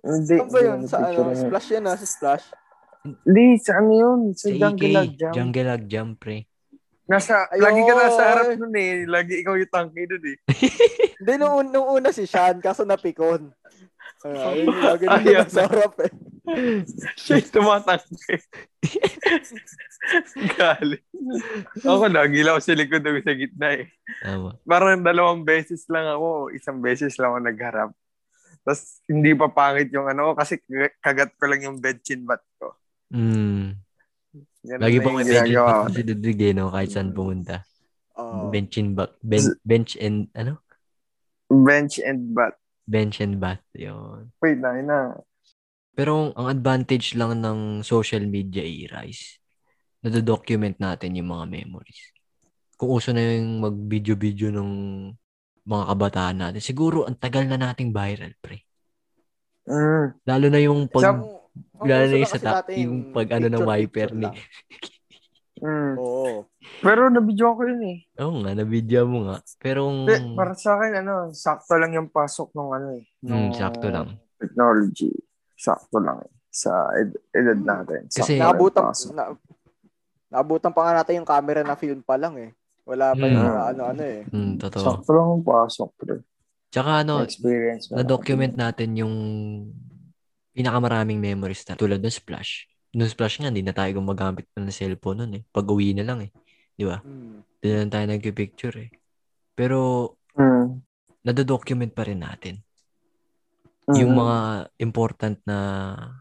[SPEAKER 4] Hindi,
[SPEAKER 2] Ano ba yun? Sa ano?
[SPEAKER 4] napicturean niya.
[SPEAKER 2] Splash yun ah, sa splash.
[SPEAKER 4] Hindi, sa ano yun? Sa
[SPEAKER 1] Sa
[SPEAKER 4] Jungle Log
[SPEAKER 1] EK,
[SPEAKER 4] Jam.
[SPEAKER 1] Jungle Lag Jam, pre.
[SPEAKER 4] Nasa,
[SPEAKER 2] Ayun.
[SPEAKER 4] lagi ka nasa harap nun eh. Lagi ikaw yung tanki nun eh.
[SPEAKER 2] Hindi, nung, un- nung una si Sean, kaso napikon. Ah, yun yung lagi
[SPEAKER 4] Ayun.
[SPEAKER 2] nila sa harap eh.
[SPEAKER 4] Siya yung tumatangke. Galing. Ako lagi lang ako sa likod ng sa gitna eh.
[SPEAKER 1] Tama.
[SPEAKER 4] Parang dalawang beses lang ako, isang beses lang ako nagharap. Tapos hindi pa pangit yung ano ko kasi k- kagat ko lang yung bed chin bat ko.
[SPEAKER 1] Mm.
[SPEAKER 4] Ganun
[SPEAKER 1] Lagi
[SPEAKER 4] na
[SPEAKER 1] pong
[SPEAKER 4] yung
[SPEAKER 1] may bench
[SPEAKER 4] ginagawa ko.
[SPEAKER 1] and si Ludwig eh, no? kahit saan pumunta.
[SPEAKER 2] Oo.
[SPEAKER 1] Bench and back. Bench, bench and, ano?
[SPEAKER 4] Bench and bat.
[SPEAKER 1] Bench and bath. Yun.
[SPEAKER 4] Wait na, yun na.
[SPEAKER 1] Pero ang advantage lang ng social media era is nado-document natin yung mga memories. Kung uso na yung mag-video-video ng mga kabataan natin, siguro ang tagal na nating viral, pre.
[SPEAKER 4] Mm.
[SPEAKER 1] Lalo na yung pag,
[SPEAKER 2] Ang- ang
[SPEAKER 1] lalo na
[SPEAKER 2] uso na
[SPEAKER 1] yung sa
[SPEAKER 2] kasi
[SPEAKER 1] tap,
[SPEAKER 2] dati
[SPEAKER 1] yung pag ano ng
[SPEAKER 2] picture,
[SPEAKER 1] wiper
[SPEAKER 2] picture
[SPEAKER 1] ni.
[SPEAKER 2] lang.
[SPEAKER 4] Mm.
[SPEAKER 2] Oo.
[SPEAKER 4] Pero nabidyo ko yun eh.
[SPEAKER 1] Oo nga, nabidya mo nga. Pero ang-
[SPEAKER 4] Pe- Para sa akin, ano, sakto lang yung pasok ng ano eh.
[SPEAKER 1] Mm,
[SPEAKER 4] ng
[SPEAKER 1] sakto lang.
[SPEAKER 4] Technology. Sakto lang eh. Sa ed- edad natin. Sakto
[SPEAKER 1] Kasi-
[SPEAKER 4] lang yung
[SPEAKER 2] Naabutan,
[SPEAKER 4] pasok.
[SPEAKER 2] na, naabutan pa nga natin yung camera na film pa lang eh. Wala pa yung
[SPEAKER 1] Hmm.
[SPEAKER 2] mga ano-ano eh.
[SPEAKER 1] Mm, totoo.
[SPEAKER 4] Sakto lang yung pasok, pre.
[SPEAKER 1] Tsaka ano,
[SPEAKER 4] Experience. mo
[SPEAKER 1] na-document natin yung pinakamaraming memories na tulad ng Splash. Nung Splash nga, hindi na tayo gumagamit ng cellphone nun eh. Pag-uwi na lang eh. Di ba?
[SPEAKER 2] Hmm.
[SPEAKER 1] Doon na lang tayo nag-picture eh. Pero,
[SPEAKER 4] Mm.
[SPEAKER 1] nado-document pa rin natin
[SPEAKER 4] Mm.
[SPEAKER 1] yung mga important na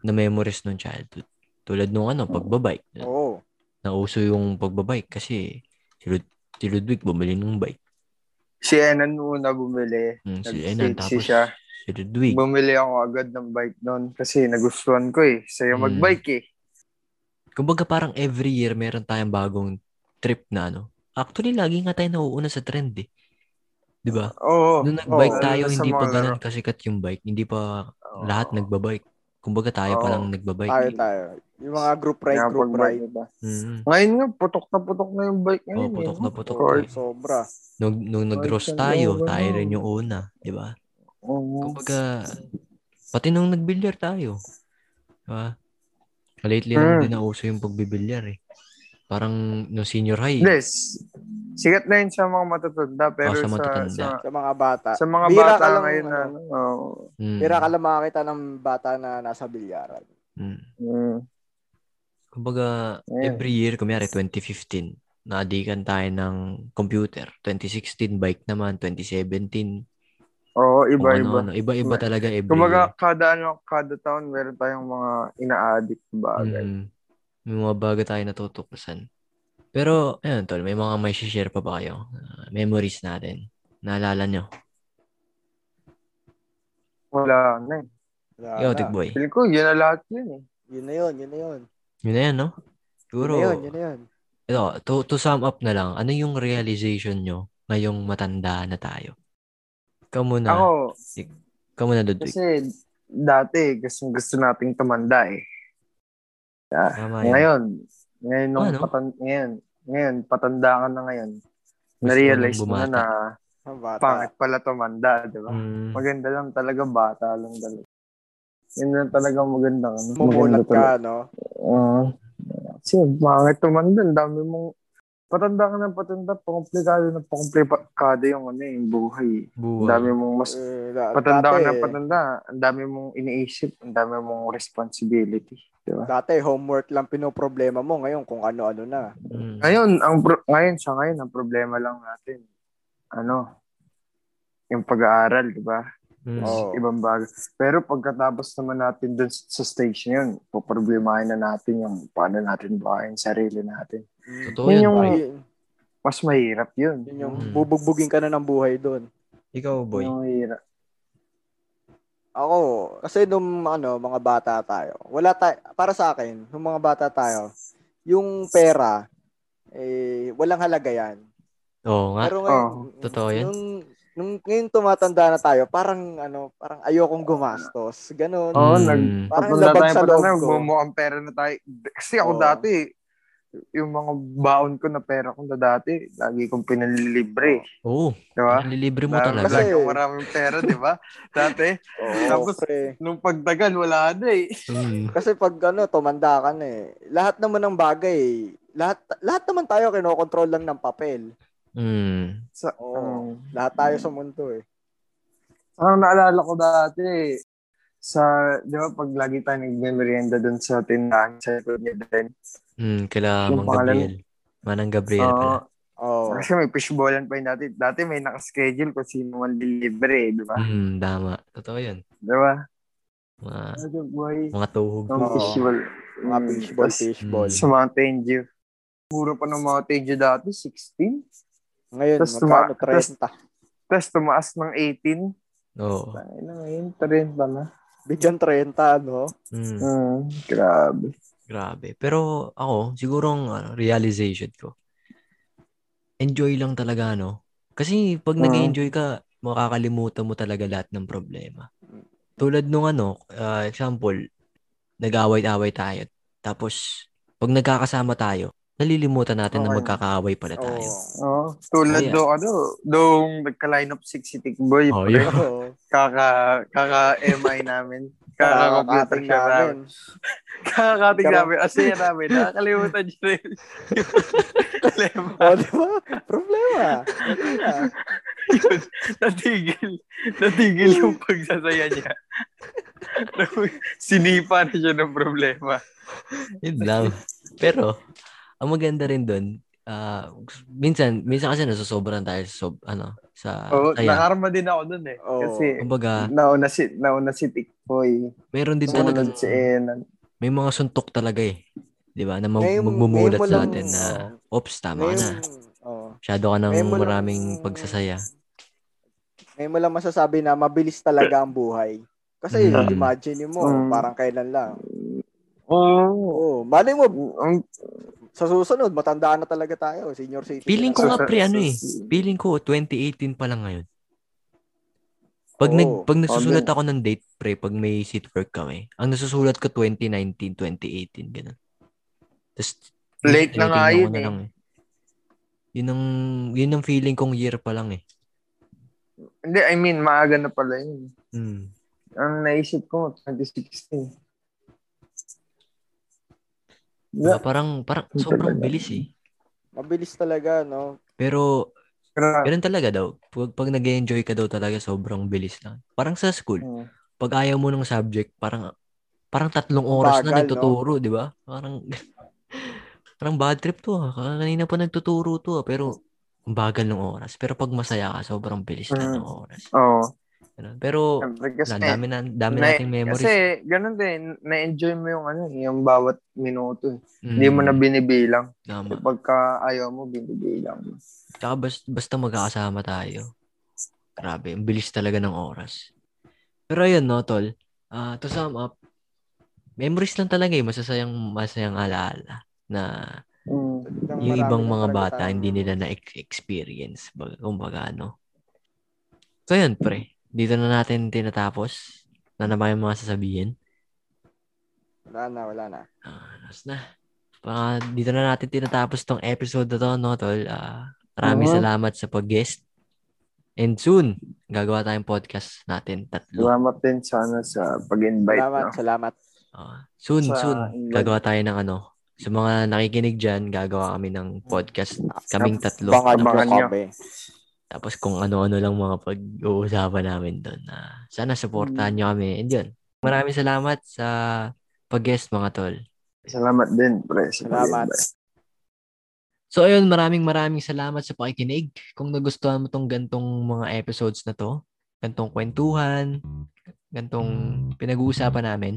[SPEAKER 1] na memories nung childhood. Tulad nung ano, pagbabike.
[SPEAKER 2] Oo.
[SPEAKER 1] Nauso yung pagbabike kasi si, Lud- si Ludwig bumili ng bike.
[SPEAKER 4] Si Enan muna bumili.
[SPEAKER 1] Mm, si
[SPEAKER 4] Nag-
[SPEAKER 1] Enan,
[SPEAKER 4] si- si
[SPEAKER 1] tapos
[SPEAKER 4] siya.
[SPEAKER 1] si Ludwig.
[SPEAKER 4] Bumili ako agad ng bike noon kasi nagustuhan ko eh. Sa'yo
[SPEAKER 1] Mm.
[SPEAKER 4] magbike eh.
[SPEAKER 1] Kumbaga parang every year meron tayong bagong trip na ano. Actually, lagi nga tayo nauuna sa trend eh. 'Di ba?
[SPEAKER 4] Oo.
[SPEAKER 1] Nung nag-bike
[SPEAKER 4] oo,
[SPEAKER 1] tayo,
[SPEAKER 4] sa
[SPEAKER 1] hindi
[SPEAKER 4] mga
[SPEAKER 1] pa ganun
[SPEAKER 4] laro.
[SPEAKER 1] kasikat yung bike. Hindi pa
[SPEAKER 4] Oo.
[SPEAKER 1] lahat nagbabike. Kumbaga tayo
[SPEAKER 4] Oo.
[SPEAKER 1] pa lang nagbabike.
[SPEAKER 2] Tayo tayo. Yung mga group ride, group ride.
[SPEAKER 4] Diba?
[SPEAKER 1] Mm.
[SPEAKER 4] Ngayon nga, putok na putok na yung bike
[SPEAKER 1] Oh,
[SPEAKER 4] ngayon.
[SPEAKER 1] putok
[SPEAKER 4] eh,
[SPEAKER 1] na
[SPEAKER 4] no?
[SPEAKER 1] putok.
[SPEAKER 4] Or-
[SPEAKER 1] na.
[SPEAKER 2] Sobra.
[SPEAKER 1] Nung, nung nag-roast
[SPEAKER 4] Kahit
[SPEAKER 1] tayo,
[SPEAKER 4] saan
[SPEAKER 1] tayo
[SPEAKER 4] daw,
[SPEAKER 1] rin
[SPEAKER 4] ano.
[SPEAKER 1] yung una, di ba?
[SPEAKER 4] Oo.
[SPEAKER 1] Kumbaga, pati nung nagbilyar tayo, di ba? Lately lang
[SPEAKER 4] Mm.
[SPEAKER 1] din nauso yung pagbibilyar eh. Parang no senior high,
[SPEAKER 4] Hindi, s- sikat na yun sa mga matatanda,
[SPEAKER 1] Oh,
[SPEAKER 4] pero
[SPEAKER 1] sa
[SPEAKER 4] sa,
[SPEAKER 1] matatanda.
[SPEAKER 4] sa,
[SPEAKER 2] Sa mga bata.
[SPEAKER 4] sa mga
[SPEAKER 2] Bihira
[SPEAKER 4] bata
[SPEAKER 2] ka lang,
[SPEAKER 4] ngayon na,
[SPEAKER 2] ano.
[SPEAKER 4] ano, oo.
[SPEAKER 1] Mm.
[SPEAKER 2] Pira ka lang makakita ng bata na nasa bilyaran.
[SPEAKER 1] Mm.
[SPEAKER 4] Mm.
[SPEAKER 1] Kumbaga,
[SPEAKER 4] Ayun.
[SPEAKER 1] every year, kumyari 2015, naadikan tayo ng computer. 2016, bike naman. 2017, kung
[SPEAKER 4] Oo,
[SPEAKER 1] ano,
[SPEAKER 4] iba-iba.
[SPEAKER 1] ano-ano. Iba-iba talaga every
[SPEAKER 4] Kumaga, kada, ano, kada taon, meron tayong mga ina-addict
[SPEAKER 1] year.
[SPEAKER 2] ah,
[SPEAKER 4] bagay.
[SPEAKER 1] Mm. May mga bago tayo natutuklasan. Pero, ayun, tol, may mga may share pa ba kayo? Ah, memories natin. Naalala nyo.
[SPEAKER 4] Wala na eh.
[SPEAKER 2] Wala
[SPEAKER 1] Ikaw,
[SPEAKER 2] na.
[SPEAKER 1] Tigboy.
[SPEAKER 4] Feeling ko, yun na lahat yun eh.
[SPEAKER 2] Yun na yun, yun na yun.
[SPEAKER 1] Yun na yan, no?
[SPEAKER 2] Yun
[SPEAKER 1] Siguro,
[SPEAKER 2] na yun, yun na yun.
[SPEAKER 1] ito, to, to sum up na lang, ano yung realization nyo ngayong matanda na tayo? Ikaw muna.
[SPEAKER 4] Ako,
[SPEAKER 1] Ikaw muna, Ludwig.
[SPEAKER 4] kasi dati, gusto, gusto nating tumanda eh.
[SPEAKER 1] Tama yun.
[SPEAKER 4] Ngayon, ngayon, nung
[SPEAKER 1] Ano?
[SPEAKER 4] patan- ngayon, ngayon, patanda ka na ngayon.
[SPEAKER 1] Gusto
[SPEAKER 4] Na-realize
[SPEAKER 1] mo
[SPEAKER 4] mo
[SPEAKER 1] nang
[SPEAKER 4] na na
[SPEAKER 2] Ang bata.
[SPEAKER 4] pangit pala tumanda, di ba?
[SPEAKER 1] Mm.
[SPEAKER 4] Maganda lang talaga, bata lang talaga. Yun lang talaga maganda. Ano?
[SPEAKER 2] Mumulat
[SPEAKER 4] Maganda talaga.
[SPEAKER 2] ka, no?
[SPEAKER 4] Oo. kasi pangit tumanda, ang dami mong patanda ka na patanda, pakomplikado na pakomplikado yung ano eh, yung buhay.
[SPEAKER 1] Buhay.
[SPEAKER 4] Ang dami mong mas
[SPEAKER 2] Eh, da-
[SPEAKER 4] patanda ka
[SPEAKER 2] dati,
[SPEAKER 4] na patanda, ang dami mong iniisip, ang dami mong responsibility. Di ba?
[SPEAKER 2] Dati, homework lang pinoproblema mo. Ngayon, kung ano-ano na.
[SPEAKER 1] Mm.
[SPEAKER 4] Ngayon, ang pro- ngayon sa ngayon ang problema lang natin. Ano? Yung pag-aaral, di ba?
[SPEAKER 1] Mm.
[SPEAKER 2] Oo.
[SPEAKER 4] Ibang bagay. Pero pagkatapos naman natin dun sa sa station yun, poproblemahin na natin yung paano natin bahayin sarili natin.
[SPEAKER 1] Mm. Totoo
[SPEAKER 4] Yun
[SPEAKER 1] yan.
[SPEAKER 4] yung-
[SPEAKER 1] pare.
[SPEAKER 2] Yun,
[SPEAKER 4] Mas mahirap yun.
[SPEAKER 2] yun yung
[SPEAKER 1] Mm.
[SPEAKER 2] bubugbugin ka na ng buhay doon.
[SPEAKER 1] Ikaw, boy.
[SPEAKER 4] Yung mahirap.
[SPEAKER 2] Ako, kasi nung ano, mga bata tayo, wala tayo, para sa akin, nung mga bata tayo, yung pera, eh, walang halaga yan.
[SPEAKER 1] Oo nga.
[SPEAKER 2] Pero ngayon,
[SPEAKER 4] Oo,
[SPEAKER 1] Ah, totoo yan.
[SPEAKER 2] Nung, nung, ngayon tumatanda na tayo, parang ano, parang ayokong gumastos. Ganun.
[SPEAKER 4] Oo,
[SPEAKER 1] Mm.
[SPEAKER 4] nag-
[SPEAKER 2] Parang
[SPEAKER 4] Papunta
[SPEAKER 2] labag
[SPEAKER 4] tayo
[SPEAKER 2] sa
[SPEAKER 4] pa
[SPEAKER 2] loob
[SPEAKER 4] na,
[SPEAKER 2] ko.
[SPEAKER 4] bumuang pera na tayo. Kasi ako
[SPEAKER 2] Oo.
[SPEAKER 4] dati, yung mga baon ko na pera ko na dati, lagi kong pinalilibre.
[SPEAKER 1] Oo.
[SPEAKER 4] Di ba?
[SPEAKER 1] Nililibre mo
[SPEAKER 4] Dami
[SPEAKER 1] talaga.
[SPEAKER 4] talaga maraming pera, di ba? Dati,
[SPEAKER 2] Oo,
[SPEAKER 4] Tapos-
[SPEAKER 2] pre.
[SPEAKER 4] nung pagtagal, wala na eh.
[SPEAKER 1] Mm.
[SPEAKER 2] Kasi pag ano, tumanda ka na eh. Lahat naman ng bagay, lahat, lahat naman tayo kinokontrol lang ng papel.
[SPEAKER 1] Mm.
[SPEAKER 4] Sa, um,
[SPEAKER 2] Oo.
[SPEAKER 4] Oo.
[SPEAKER 2] Lahat tayo
[SPEAKER 4] Mm.
[SPEAKER 2] sa mundo eh.
[SPEAKER 4] Ang naalala ko dati, sa, di ba, pag lagi tayo nagme-merienda dun sa tindahan sa likod niya din.
[SPEAKER 1] Mm. Kala
[SPEAKER 4] Yung
[SPEAKER 1] Mang
[SPEAKER 4] pangalan-
[SPEAKER 1] Gabriel. Manang Gabriel pala.
[SPEAKER 4] Oo.
[SPEAKER 2] Oo.
[SPEAKER 4] kasi may fishballan pa yun dati. Dati may nakaschedule kung sino man delivery, di ba?
[SPEAKER 1] Mm, tama. Totoo yan.
[SPEAKER 4] Di ba?
[SPEAKER 1] Mga,
[SPEAKER 4] Ano, boy?
[SPEAKER 1] mga tuhog.
[SPEAKER 4] Ang
[SPEAKER 2] Oo.
[SPEAKER 4] fishball.
[SPEAKER 2] Mga
[SPEAKER 4] Mm,
[SPEAKER 2] fishball,
[SPEAKER 4] tas
[SPEAKER 2] fishball.
[SPEAKER 4] Sa mga tenju. Puro pa ng mga tenju dati, 16.
[SPEAKER 2] Ngayon,
[SPEAKER 4] Tas
[SPEAKER 2] magkano?
[SPEAKER 4] tuma-
[SPEAKER 2] 30.
[SPEAKER 4] Tapos tumaas ng 18.
[SPEAKER 1] Oo.
[SPEAKER 4] Ay, na ngayon, 30 na.
[SPEAKER 2] Bigyan 30, no?
[SPEAKER 1] Mm.
[SPEAKER 4] Mm, grabe.
[SPEAKER 1] Grabe. Pero ako, siguro ang ano, realization ko, enjoy lang talaga, no? Kasi pag
[SPEAKER 4] Mm.
[SPEAKER 1] nag-enjoy ka, makakalimutan mo talaga lahat ng problema. Tulad nung ano, ah, example, nag-away-away tayo. Tapos, pag nagkakasama tayo, nalilimutan natin na
[SPEAKER 4] Okay.
[SPEAKER 1] magkakaaway pala tayo.
[SPEAKER 2] Oo.
[SPEAKER 4] Oh, tulad
[SPEAKER 1] Ayan.
[SPEAKER 4] do, ano, dong nagka-line up si Tick Boy.
[SPEAKER 1] Oh,
[SPEAKER 4] pre.
[SPEAKER 1] yun.
[SPEAKER 2] Oo.
[SPEAKER 4] Kaka, kaka-MI namin. Kaka-computer
[SPEAKER 2] Kakakating
[SPEAKER 4] siya namin.
[SPEAKER 2] namin.
[SPEAKER 4] Kaka-cutting
[SPEAKER 2] Karo-
[SPEAKER 4] namin. Kasi yan namin, nakakalimutan siya rin. Kalema.
[SPEAKER 2] O, Oh, di ba? Problema. Problema.
[SPEAKER 4] Yun, natigil. Natigil yung pagsasaya niya. Sinipa na siya ng problema.
[SPEAKER 1] Yun lang. Pero, ang maganda rin doon, ah, minsan, minsan kasi nasusobran tayo sa, sob, ano, sa
[SPEAKER 4] Oo,
[SPEAKER 1] saya.
[SPEAKER 4] nakarma din ako dun eh.
[SPEAKER 2] Oo.
[SPEAKER 4] Kasi,
[SPEAKER 1] Kumbaga,
[SPEAKER 4] nauna si, nauna si Tikpoy.
[SPEAKER 1] meron din talaga,
[SPEAKER 4] Sumunod si Enan.
[SPEAKER 1] may mga suntok talaga eh. Di ba? Na mag-
[SPEAKER 2] Ngayon-
[SPEAKER 1] magmumulat
[SPEAKER 2] ngayon mo
[SPEAKER 1] sa
[SPEAKER 2] lang-
[SPEAKER 1] atin na, ops, tama
[SPEAKER 2] Ngayon, oh,
[SPEAKER 1] na.
[SPEAKER 2] oo.
[SPEAKER 1] Masyado ka ng
[SPEAKER 2] Ngayon mo lang-
[SPEAKER 1] maraming pagsasaya.
[SPEAKER 2] Ngayon mo lang masasabi na mabilis talaga ang buhay. Kasi
[SPEAKER 1] Mm.
[SPEAKER 2] imagine mo,
[SPEAKER 4] Mm.
[SPEAKER 2] parang kailan lang.
[SPEAKER 4] Oo.
[SPEAKER 2] Oo, malay mo,
[SPEAKER 4] Ang
[SPEAKER 2] sa susunod, matandaan na talaga tayo. Senior citizen.
[SPEAKER 1] Feeling ko
[SPEAKER 2] na
[SPEAKER 1] nga
[SPEAKER 4] Susa-
[SPEAKER 1] pre, ano eh.
[SPEAKER 4] sus-
[SPEAKER 1] Feeling ko, 2018 pa lang ngayon. Pag, nag,
[SPEAKER 2] Oo,
[SPEAKER 1] pag nagsusulat
[SPEAKER 4] din.
[SPEAKER 1] ako ng date, pre, pag may seat work kami, ang nasusulat ko 2019, 2018, ganun. Tapos,
[SPEAKER 4] Late na nga yun eh.
[SPEAKER 1] Yun ang, yun ang feeling kong year pa lang eh.
[SPEAKER 4] Hindi, I mean, maaga na pala yun.
[SPEAKER 1] Mm.
[SPEAKER 4] Ang naisip ko, 2016.
[SPEAKER 1] Diba, parang, parang
[SPEAKER 4] Yun
[SPEAKER 2] ah.
[SPEAKER 1] sobrang
[SPEAKER 4] talaga.
[SPEAKER 1] bilis eh.
[SPEAKER 2] Mabilis talaga, no?
[SPEAKER 1] Pero,
[SPEAKER 4] Grabe.
[SPEAKER 1] ganun talaga daw. Pag, pag nag-enjoy ka daw talaga, sobrang bilis lang. Parang sa school,
[SPEAKER 4] Hmm.
[SPEAKER 1] pag ayaw mo ng subject, parang parang tatlong oras na
[SPEAKER 2] Bagal, no?
[SPEAKER 1] nagtuturo, di ba? Parang parang bad trip to. ah. Kanina pa nagtuturo to, ah, pero ang bagal ng oras. Pero pag masaya ka, sobrang bilis na ng oras.
[SPEAKER 4] Oo.
[SPEAKER 1] Ganun. Pero
[SPEAKER 4] Siyempre, Hmm. kasi,
[SPEAKER 1] na, dami na dami
[SPEAKER 4] na-
[SPEAKER 1] nating memories.
[SPEAKER 4] kasi ganun din, na-enjoy mo yung ano, yung bawat minuto. eh.
[SPEAKER 1] Mm,
[SPEAKER 4] Hindi mo na binibilang. Eh,
[SPEAKER 1] tama.
[SPEAKER 4] Pagka ayaw mo, binibilang mo.
[SPEAKER 1] Tsaka bas- basta magkakasama tayo. Grabe, ang bilis talaga ng oras. Pero ayun, no, tol. Ah, to sum up, memories lang talaga eh. Masasayang, masayang alaala na
[SPEAKER 4] Mm.
[SPEAKER 2] Talagang
[SPEAKER 1] yung
[SPEAKER 2] marami
[SPEAKER 1] ibang
[SPEAKER 2] na
[SPEAKER 1] mga
[SPEAKER 2] talaga
[SPEAKER 1] bata
[SPEAKER 2] tayong-
[SPEAKER 1] hindi nila na-experience. Kumbaga, ano. So, yun, pre. Dito na natin tinatapos. Ano na ba yung mga sasabihin?
[SPEAKER 2] Wala na, wala na.
[SPEAKER 1] Ah, nas na. Baka dito na natin tinatapos tong episode na to, no, tol? Ah, maraming
[SPEAKER 3] Mhm.
[SPEAKER 1] salamat sa pag-guest. And soon, gagawa tayong podcast natin tatlo.
[SPEAKER 4] Salamat din sana sa pag-invite.
[SPEAKER 2] Salamat,
[SPEAKER 4] No?
[SPEAKER 2] salamat.
[SPEAKER 1] Ah, soon,
[SPEAKER 4] Sa
[SPEAKER 1] soon,
[SPEAKER 4] England.
[SPEAKER 1] gagawa tayo ng ano. Sa mga nakikinig dyan, gagawa kami ng podcast kaming tatlo.
[SPEAKER 2] Baka
[SPEAKER 4] abangan
[SPEAKER 2] nyo
[SPEAKER 4] nyo.
[SPEAKER 2] kami.
[SPEAKER 1] Tapos kung ano-ano lang mga pag-uusapan namin doon na sana
[SPEAKER 4] Hmm.
[SPEAKER 1] supportahan nyo kami. And yun, maraming salamat sa pag-guest mga tol.
[SPEAKER 4] Salamat din, pre. sa
[SPEAKER 2] Salamat.
[SPEAKER 4] pag-invite.
[SPEAKER 1] So ayun, maraming maraming salamat sa pakikinig. Kung nagustuhan mo tong gantong mga episodes na to, gantong kwentuhan, gantong pinag-uusapan namin,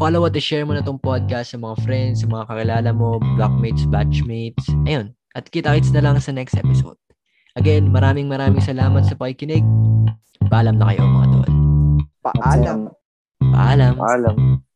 [SPEAKER 1] follow at share mo na tong podcast sa mga friends, sa mga kakilala mo, blockmates, batchmates. Ayun, at kita-kits na lang sa next episode. Again, maraming maraming salamat sa pakikinig. Paalam na kayo mga tol.
[SPEAKER 2] Paalam.
[SPEAKER 1] Paalam.
[SPEAKER 4] Paalam.